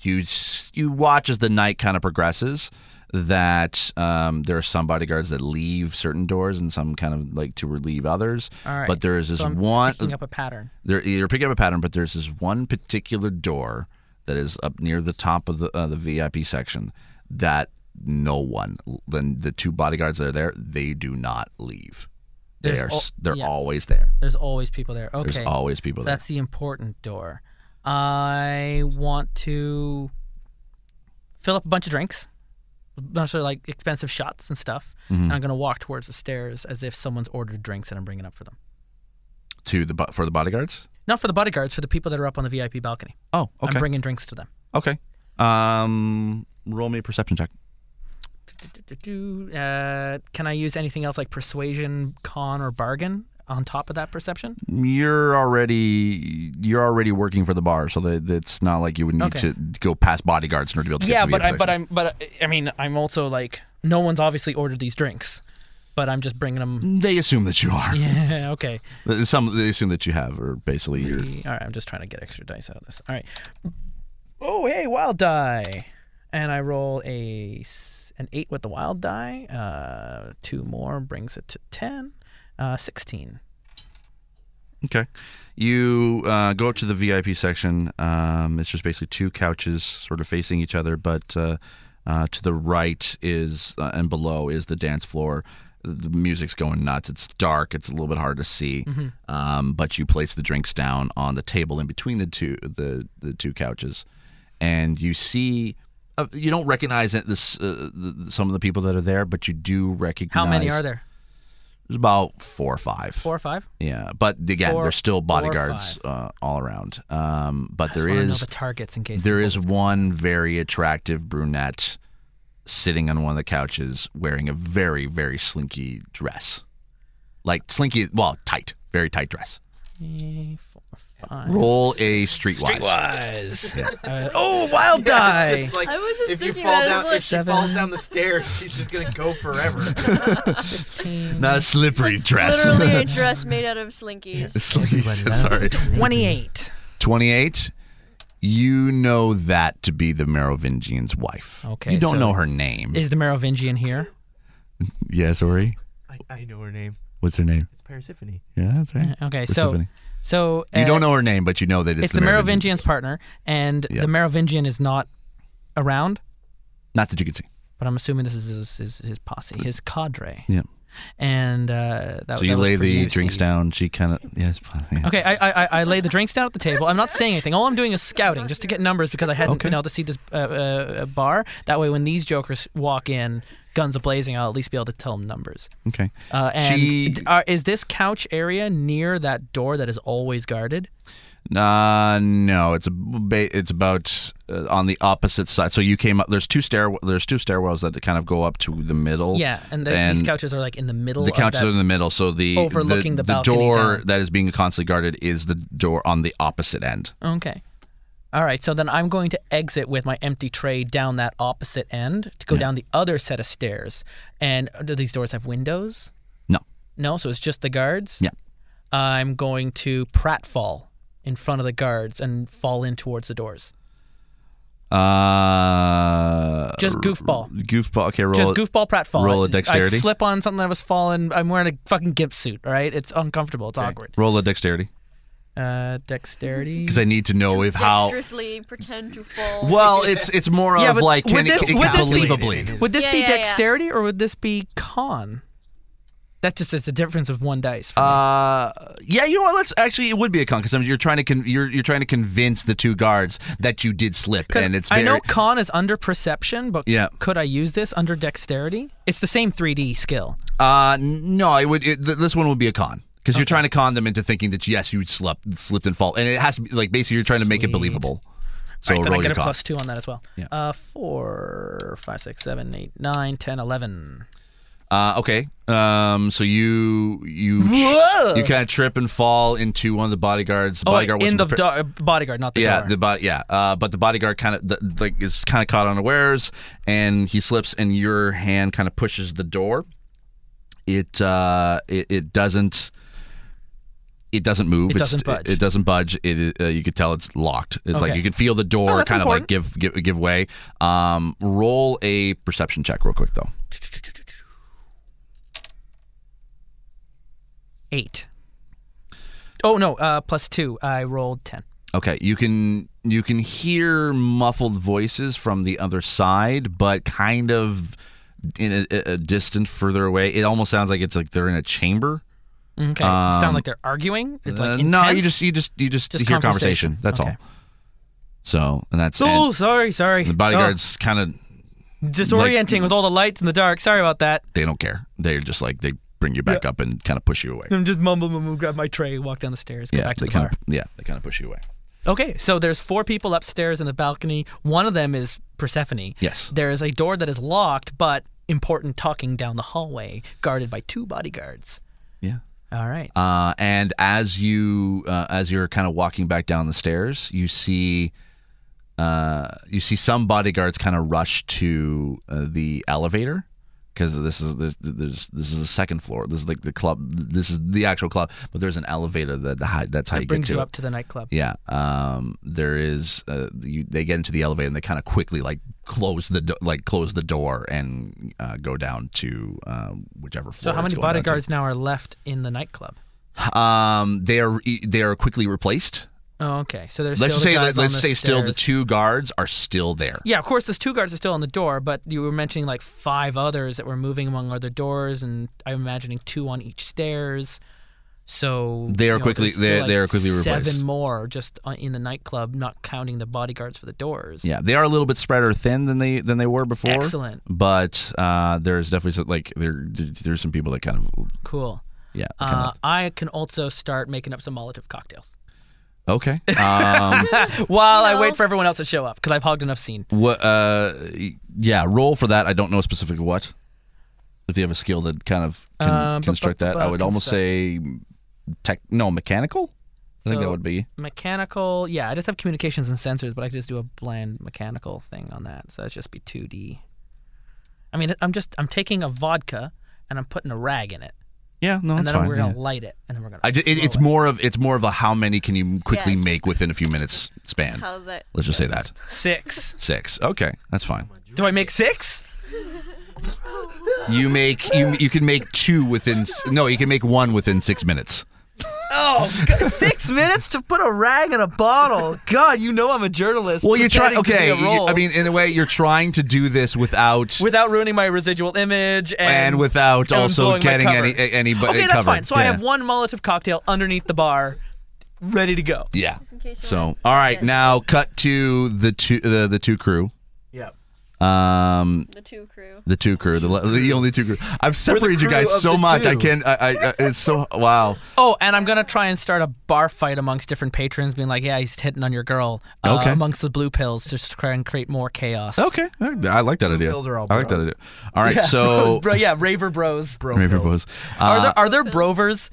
you s- you watch as the night kind of progresses. That um, there are some bodyguards that leave certain doors and some kind of like to relieve others. All right. But there is this so I'm one picking up a pattern. there you're picking up a pattern, but there's this one particular door that is up near the top of the uh, the VIP section that no one, then the two bodyguards that are there, they do not leave. They There's are, al- s they're yeah. always there. There's always people there. Okay, There's always people so that's the important door. I want to fill up a bunch of drinks, a bunch of like expensive shots and stuff, Mm-hmm. and I'm gonna walk towards the stairs as if someone's ordered drinks and I'm bringing up for them. there to the bo- for the bodyguards. Not for the bodyguards, for the people that are up on the VIP balcony. Oh, okay. I'm bringing drinks to them. okay. Um, roll me a perception check. Uh, can I use anything else like persuasion, con, or bargain on top of that perception? You're already you're already working for the bar, so that it's not like you would need Okay. to go past bodyguards in order to be able to. get Yeah, to but the I, but I'm but I- I mean I'm also like no one's obviously ordered these drinks, but I'm just bringing them. They assume that you are. Yeah, okay. Some they assume that you have, or basically you're. All right, I'm just trying to get extra dice out of this. All right. Oh, hey, wild die. And I roll a s- an 8 with the wild die. Uh, two more brings it to 10. Uh, 16. Okay. You uh, go up to the VIP section. Um, it's just basically two couches sort of facing each other, but uh, uh, to the right is uh, and below is the dance floor. The music's going nuts. It's dark. It's a little bit hard to see. Mm-hmm. Um, but you place the drinks down on the table in between the two the, the two couches, and you see. Uh, you don't recognize it, this uh, the, some of the people that are there, but you do recognize. How many are there? There's about four or five. Four or five? Yeah, but again, Four- there's still four or bodyguards uh, all around. Um, but there Wanna know is the targets in case. there is one very attractive brunette sitting on one of the couches wearing a very very slinky dress, like slinky, well, tight, very tight dress. Three, four, five. Roll a streetwise. Streetwise. Uh, oh, wild die. like I was just if you thinking fall that, down, it's like- if she falls Seven. down the stairs, she's just gonna go forever. Not a slippery dress. Literally a dress made out of slinkies. Slinky, sorry. 28. Twenty eight. You know that to be the Merovingian's wife. Okay, You don't so- know her name. Is the Merovingian here? yes, Ori. I, I know her name. What's her name? It's Persephone. Yeah, that's right. Uh, Okay, Where's so Tiffany? so You uh, don't know her name, but you know that it's, It's the Merovingian's partner, and Yeah. the Merovingian is not around. Not that you can see. But I'm assuming this is his, his, his posse, his cadre. Yeah. And uh, that So you that was lay for the you, drinks Steve. down. She kind of yes. yeah. Okay, I, I I- I lay the drinks down at the table. I'm not saying anything. All I'm doing is scouting, just to get numbers because I hadn't Okay. been able to see this uh, uh, bar. That way, when these jokers walk in, guns a blazing, I'll at least be able to tell them numbers. Okay. Uh, and She- d- are, is this couch area near that door that is always guarded? Uh, no, it's a ba- it's about uh, on the opposite side. So you came up. There's two stair. There's two stairwells that kind of go up to the middle. Yeah, and, the, these couches are like in the middle. The couches of that, are in the middle, so the Overlooking the balcony door down. that is being constantly guarded is the door on the opposite end. Okay. All right, so then I'm going to exit with my empty tray down that opposite end to go down the other set of stairs. And do these doors have windows? No, No, so it's just the guards? Yeah. I'm going to pratfall in front of the guards and fall in towards the doors. uh, Just goofball. goofball. Okay, roll. just it. goofball pratfall. roll a I- dexterity. I slip on something that was fallen. I'm wearing a fucking gimp suit, all right? It's uncomfortable. It's awkward. Roll a dexterity, Uh, dexterity. because I need to know if how Dexterously pretend to fall. Well, it's it's more Yeah, of but like can would it, this- it would this be- believably. Would this Yeah, be yeah, yeah. dexterity or would this be con? That just is the difference of one dice. For me. Uh, yeah, you know what? Let's actually it would be a con because I mean, you're trying to con- you're you're trying to convince the two guards that you did slip, 'Cause and it's I very know con is under perception, but Yeah. could I use this under dexterity? It's the same 3D skill. uh n- no, it would it, th- this one would be a con because you're trying to con them into thinking that yes, you slept slipped and fall, and it has to be like basically you're trying to make it believable. So Right, then I roll get your a con. plus two on that as well. Yeah. Uh, four, five, six, seven, eight, nine, ten, eleven. Uh, okay. Um, so you you Whoa! you kind of trip and fall into one of the bodyguards. The Oh, wait, bodyguard in wasn't the prepared- do- bodyguard, not the yeah, door. the body. Yeah, uh, but the bodyguard kind of the, like is kind of caught unawares, and he slips, and your hand kind of pushes the door. It uh, it, it doesn't. It doesn't move. It It's- doesn't budge. It, it doesn't budge. It uh, you could tell it's locked. It's like Okay. Oh, you can feel the door that's kind of like important. give, give give way. Um, roll a perception check real quick though. eight. Oh no, uh, plus two. I rolled ten. Okay, you can you can hear muffled voices from the other side, but kind of in a, a distant further away. It almost sounds like it's like they're in a chamber. Okay, Um, sound like they're arguing. It's like Uh, no, you intense? just you just you just, Just hear conversation. conversation. That's Okay. all. So and that's Oh, and sorry, sorry. the bodyguards kind of Oh, disorienting with all the lights in the dark. Sorry about that. they don't care. They're just like they bring you back up and kind of push you away. I'm just mumble mumu, grab my tray, walk down the stairs, go Yeah, back to they the kind car. of yeah, they kind of push you away. Okay, so there's four people upstairs in the balcony. One of them is Persephone. Yes. There is a door that is locked, but important talking down the hallway, guarded by two bodyguards. Yeah. All right. Uh, and as you uh, as you're kind of walking back down the stairs, you see uh, you see some bodyguards kind of rush to uh, the elevator because this is there's, there's this is the second floor. This is like the club. This is the actual club, but there's an elevator that the high, that's how you That brings get to you it. up to the nightclub. Yeah. Um, there is. Uh, you, they get into the elevator and they kind of quickly like close the do- like close the door and uh, go down to um, whichever floor. So how it's many going down to. bodyguards now are left in the nightclub? Um, they are they are quickly replaced. Oh, okay. So there's Let's still just say the let, guys on let's the say still the stairs. two guards are still there. Yeah, of course, those two guards are still on the door, but you were mentioning like five others that were moving among other doors, and I'm imagining two on each stairs. So They are you know, quickly- there's still, they- like, they are quickly seven replaced. more just on- in the nightclub, not counting the bodyguards for the doors. Yeah, they are a little bit spread or thin than they than they were before. Excellent. But uh, there's definitely some, like there there's some people that kind of cool. yeah. Uh, Kind I can also start making up some Molotov cocktails Uh, of, okay. Um, while I No. wait for everyone else to show up because I've hogged enough scene. what? Uh, yeah. Roll for that. I don't know specifically what. If you have a skill that kind of can Um, bu- construct bu- that, bu- I would almost construct. say tech. No, mechanical. I think So- that would be. Mechanical, yeah. I just have communications and sensors, but I could just do a bland mechanical thing on that. So it's just be two D. I mean, I'm just I'm taking a vodka and I'm putting a rag in it, Yeah. No, and that's then fine. we're yeah. gonna light it, and then we're gonna. I ju- it, throw it's it. more of it's more of a how many can you quickly Yes. make within a few minutes span. That's how that. Let's just say that six. six. Okay, that's fine. Do I make six? You make you you can make two within s- no you can make one within six minutes. Oh, God, six minutes to put a rag in a bottle. God, you know I'm a journalist. Well, you're trying. pretending to be Okay, a you- role I mean, in a way, you're trying to do this without without ruining my residual image and, and without and also blowing my getting cover. any a- anybody Okay, that's covered. fine. So I Yeah. have one Molotov cocktail underneath the bar, ready to go. Yeah. case you So wanna- all right, Yeah. now cut to the two the, the two crew. Yeah. Um, The two crew. The two crew, the, le- the only two crew. I've separated you crew guys of so the much. I two. can't. I, I, I. It's so wow. Oh, and I'm gonna try and start a bar fight amongst different patrons, being like, "Yeah, he's hitting on your girl." Uh, Okay. Amongst the blue pills, just to try and create more chaos. Okay, I, I like that idea. pills are all I like that bros. idea. All right, so Bros, bro, yeah, raver bros. Bro. Raver pills. Bros. are Uh, there are there brovers?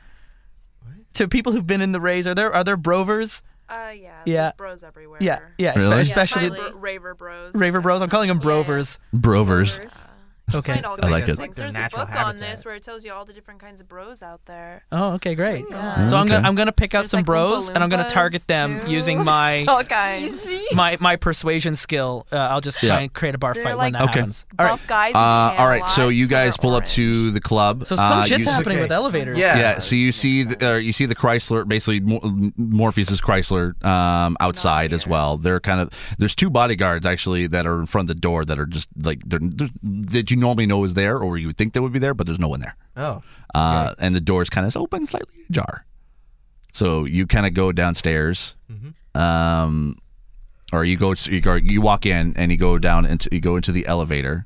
To people who've been in the rays, are there are there brovers? Uh, yeah. Yeah. There's bros everywhere. Yeah, yeah, espe- Really? Yeah, especially finally. My bro- raver bros. raver bros. I'm calling them Yeah, yeah. brovers. brovers? Ah. Okay. Find all I like kinds of it. things. Their There's a natural book on habitat. this where it tells you all the different kinds of bros out there. Oh, okay, great. Yeah. So I'm Okay. gonna I'm gonna pick out There's some like bros and I'm gonna Oompa Loompas, target them too. using my all kinds. my my persuasion skill. Uh, I'll just try Yeah. and create a bar They're fight when like that Okay. happens. All right. Buff guys. who Uh, tan all a right, so lot, you so they're guys pull up orange. to the club. So some Uh, shit's you- happening okay. with elevators. Yeah. Yeah, so you see, the, uh, you see the Chrysler, basically Mor- Morpheus's Chrysler, um, outside as well. They're kind of there's two bodyguards actually that are in front of the door that are just like they're, they're, that you normally know is there or you would think they would be there, but there's no one there. Oh. Uh, and the doors kind of open slightly ajar. So you kind of go downstairs, um, or you go you go you walk in and you go down into you go into the elevator,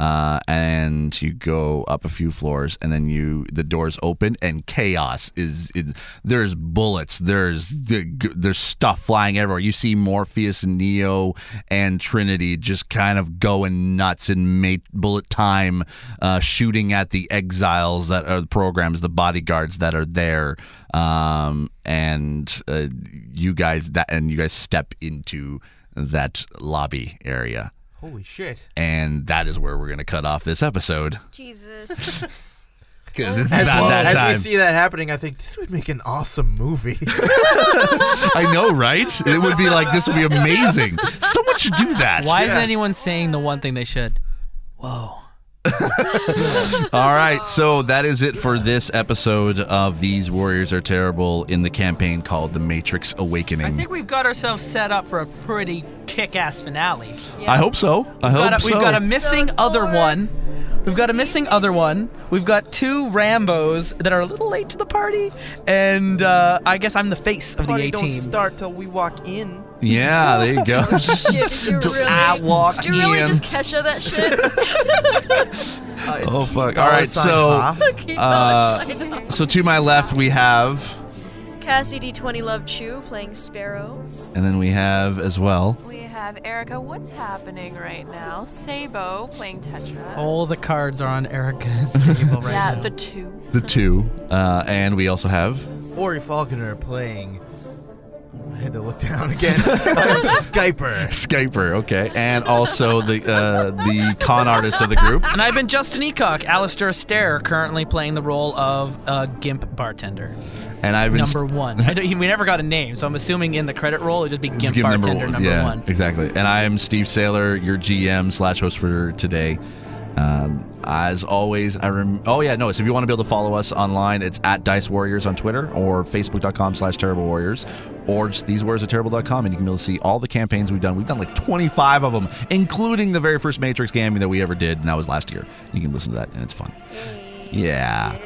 uh, and you go up a few floors, and then you the doors open and chaos is, is there's bullets, there's there's stuff flying everywhere. You see Morpheus and Neo and Trinity just kind of going nuts in ma- bullet time, uh, shooting at the exiles that are the programs, the bodyguards that are there, um, and uh, you guys that and you guys step into that lobby area Holy shit. and that is where we're going to cut off this episode Jesus. because it's As, about we, that as time. we see that happening, I think this would make an awesome movie. I know, right? It would be like this would be amazing. Someone should do that. Why isn't anyone saying the one thing they should? Whoa. All right, so that is it for this episode of These Warriors Are Terrible in the campaign called The Matrix Awakening. I think we've got ourselves set up for a pretty kick-ass finale. I hope so. I hope Got a- so. we've got a missing So other Thor- one. We've got a missing other one. We've got two Rambos that are a little late to the party, and uh, I guess I'm the face of the Party A don't team. start till we walk in. yeah, there you go. ah, Shit, did you really, I walk did you really in. just catch that shit? Uh, it's Oh fuck! All right, sign, so huh? uh, so to my left we have, Cassie D20 Love Chu playing Sparrow. and then we have as well. We have Erica. What's happening right now? Sabo playing Tetra. All the cards are on Erica's table right yeah, now. the two. the two, uh, and we also have. Ori Falconer playing. I had to look down again. I'm Skyper. Skyper, okay, and also the uh, the con artist of the group. and I've been Justin Eacock, Alistair Astaire, currently playing the role of a gimp bartender. And I've been Number one. I don't, we never got a name, so I'm assuming in the credit roll it'd just be gimp give bartender number, yeah, one. exactly. And I am Steve Saylor, your GM slash host for today. Um, as always, I rem- oh yeah, no. So if you want to be able to follow us online, it's at Dice Warriors on Twitter or Facebook.com slash Terrible Warriors or just these warriors at terrible.com and you can be able to see all the campaigns we've done. We've done like 25 of them, including the very first Matrix game that we ever did, and that was last year. You can listen to that, and it's fun. Yeah.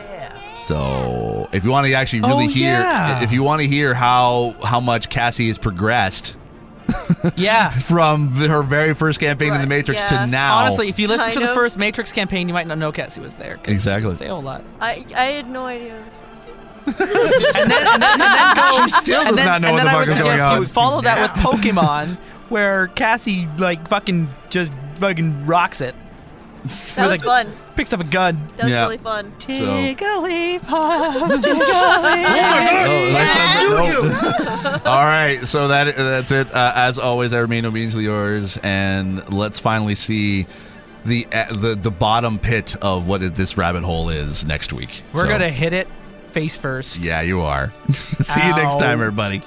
So if you want to actually really Oh, hear, yeah. if you want to hear how how much Cassie has progressed Yeah. from her very first campaign in the Right, Matrix yeah. to now, Honestly, if you listen to Kind the of. first Matrix campaign, you might not know Cassie was there. 'cause she Exactly. didn't Say a whole lot. I I had no idea. And then, and then, and then go, She still and does then, not know and what then the I fuck would is suggest going on. You follow that with Pokemon, where Cassie like fucking just fucking rocks it. That like- was fun. Picks up a gun. That was Yeah. really fun. Jigglypuff, Oh, Jigglypuff. nice one. No. All right, so that that's it. Uh, as always, I remain obediently yours, and let's finally see the uh, the the bottom pit of what is this rabbit hole is next week. We're So- gonna hit it face first. Yeah, you are. see you next Ow. time, everybody.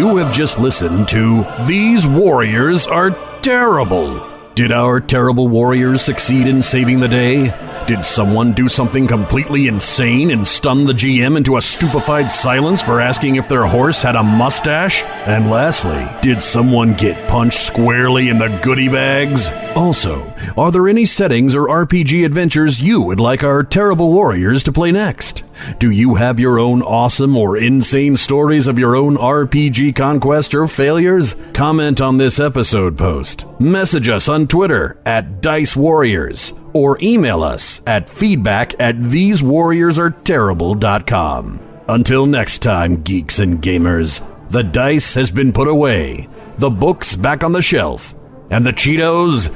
You have just listened to These Warriors Are Terrible. Did our terrible warriors succeed in saving the day? Did someone do something completely insane and stun the GM into a stupefied silence for asking if their horse had a mustache? And lastly, did someone get punched squarely in the goodie bags? Also, are there any settings or RPG adventures you would like our terrible warriors to play next? Do you have your own awesome or insane stories of your own RPG conquest or failures? Comment on this episode post. Message us on Twitter at Dice Warriors or email us at feedback at thesewarriorsarterrible.com. Until next time, geeks and gamers, the dice has been put away, the books back on the shelf, and the Cheetos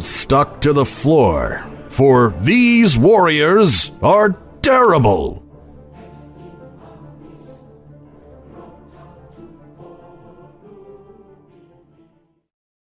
stuck to the floor. For these warriors are terrible.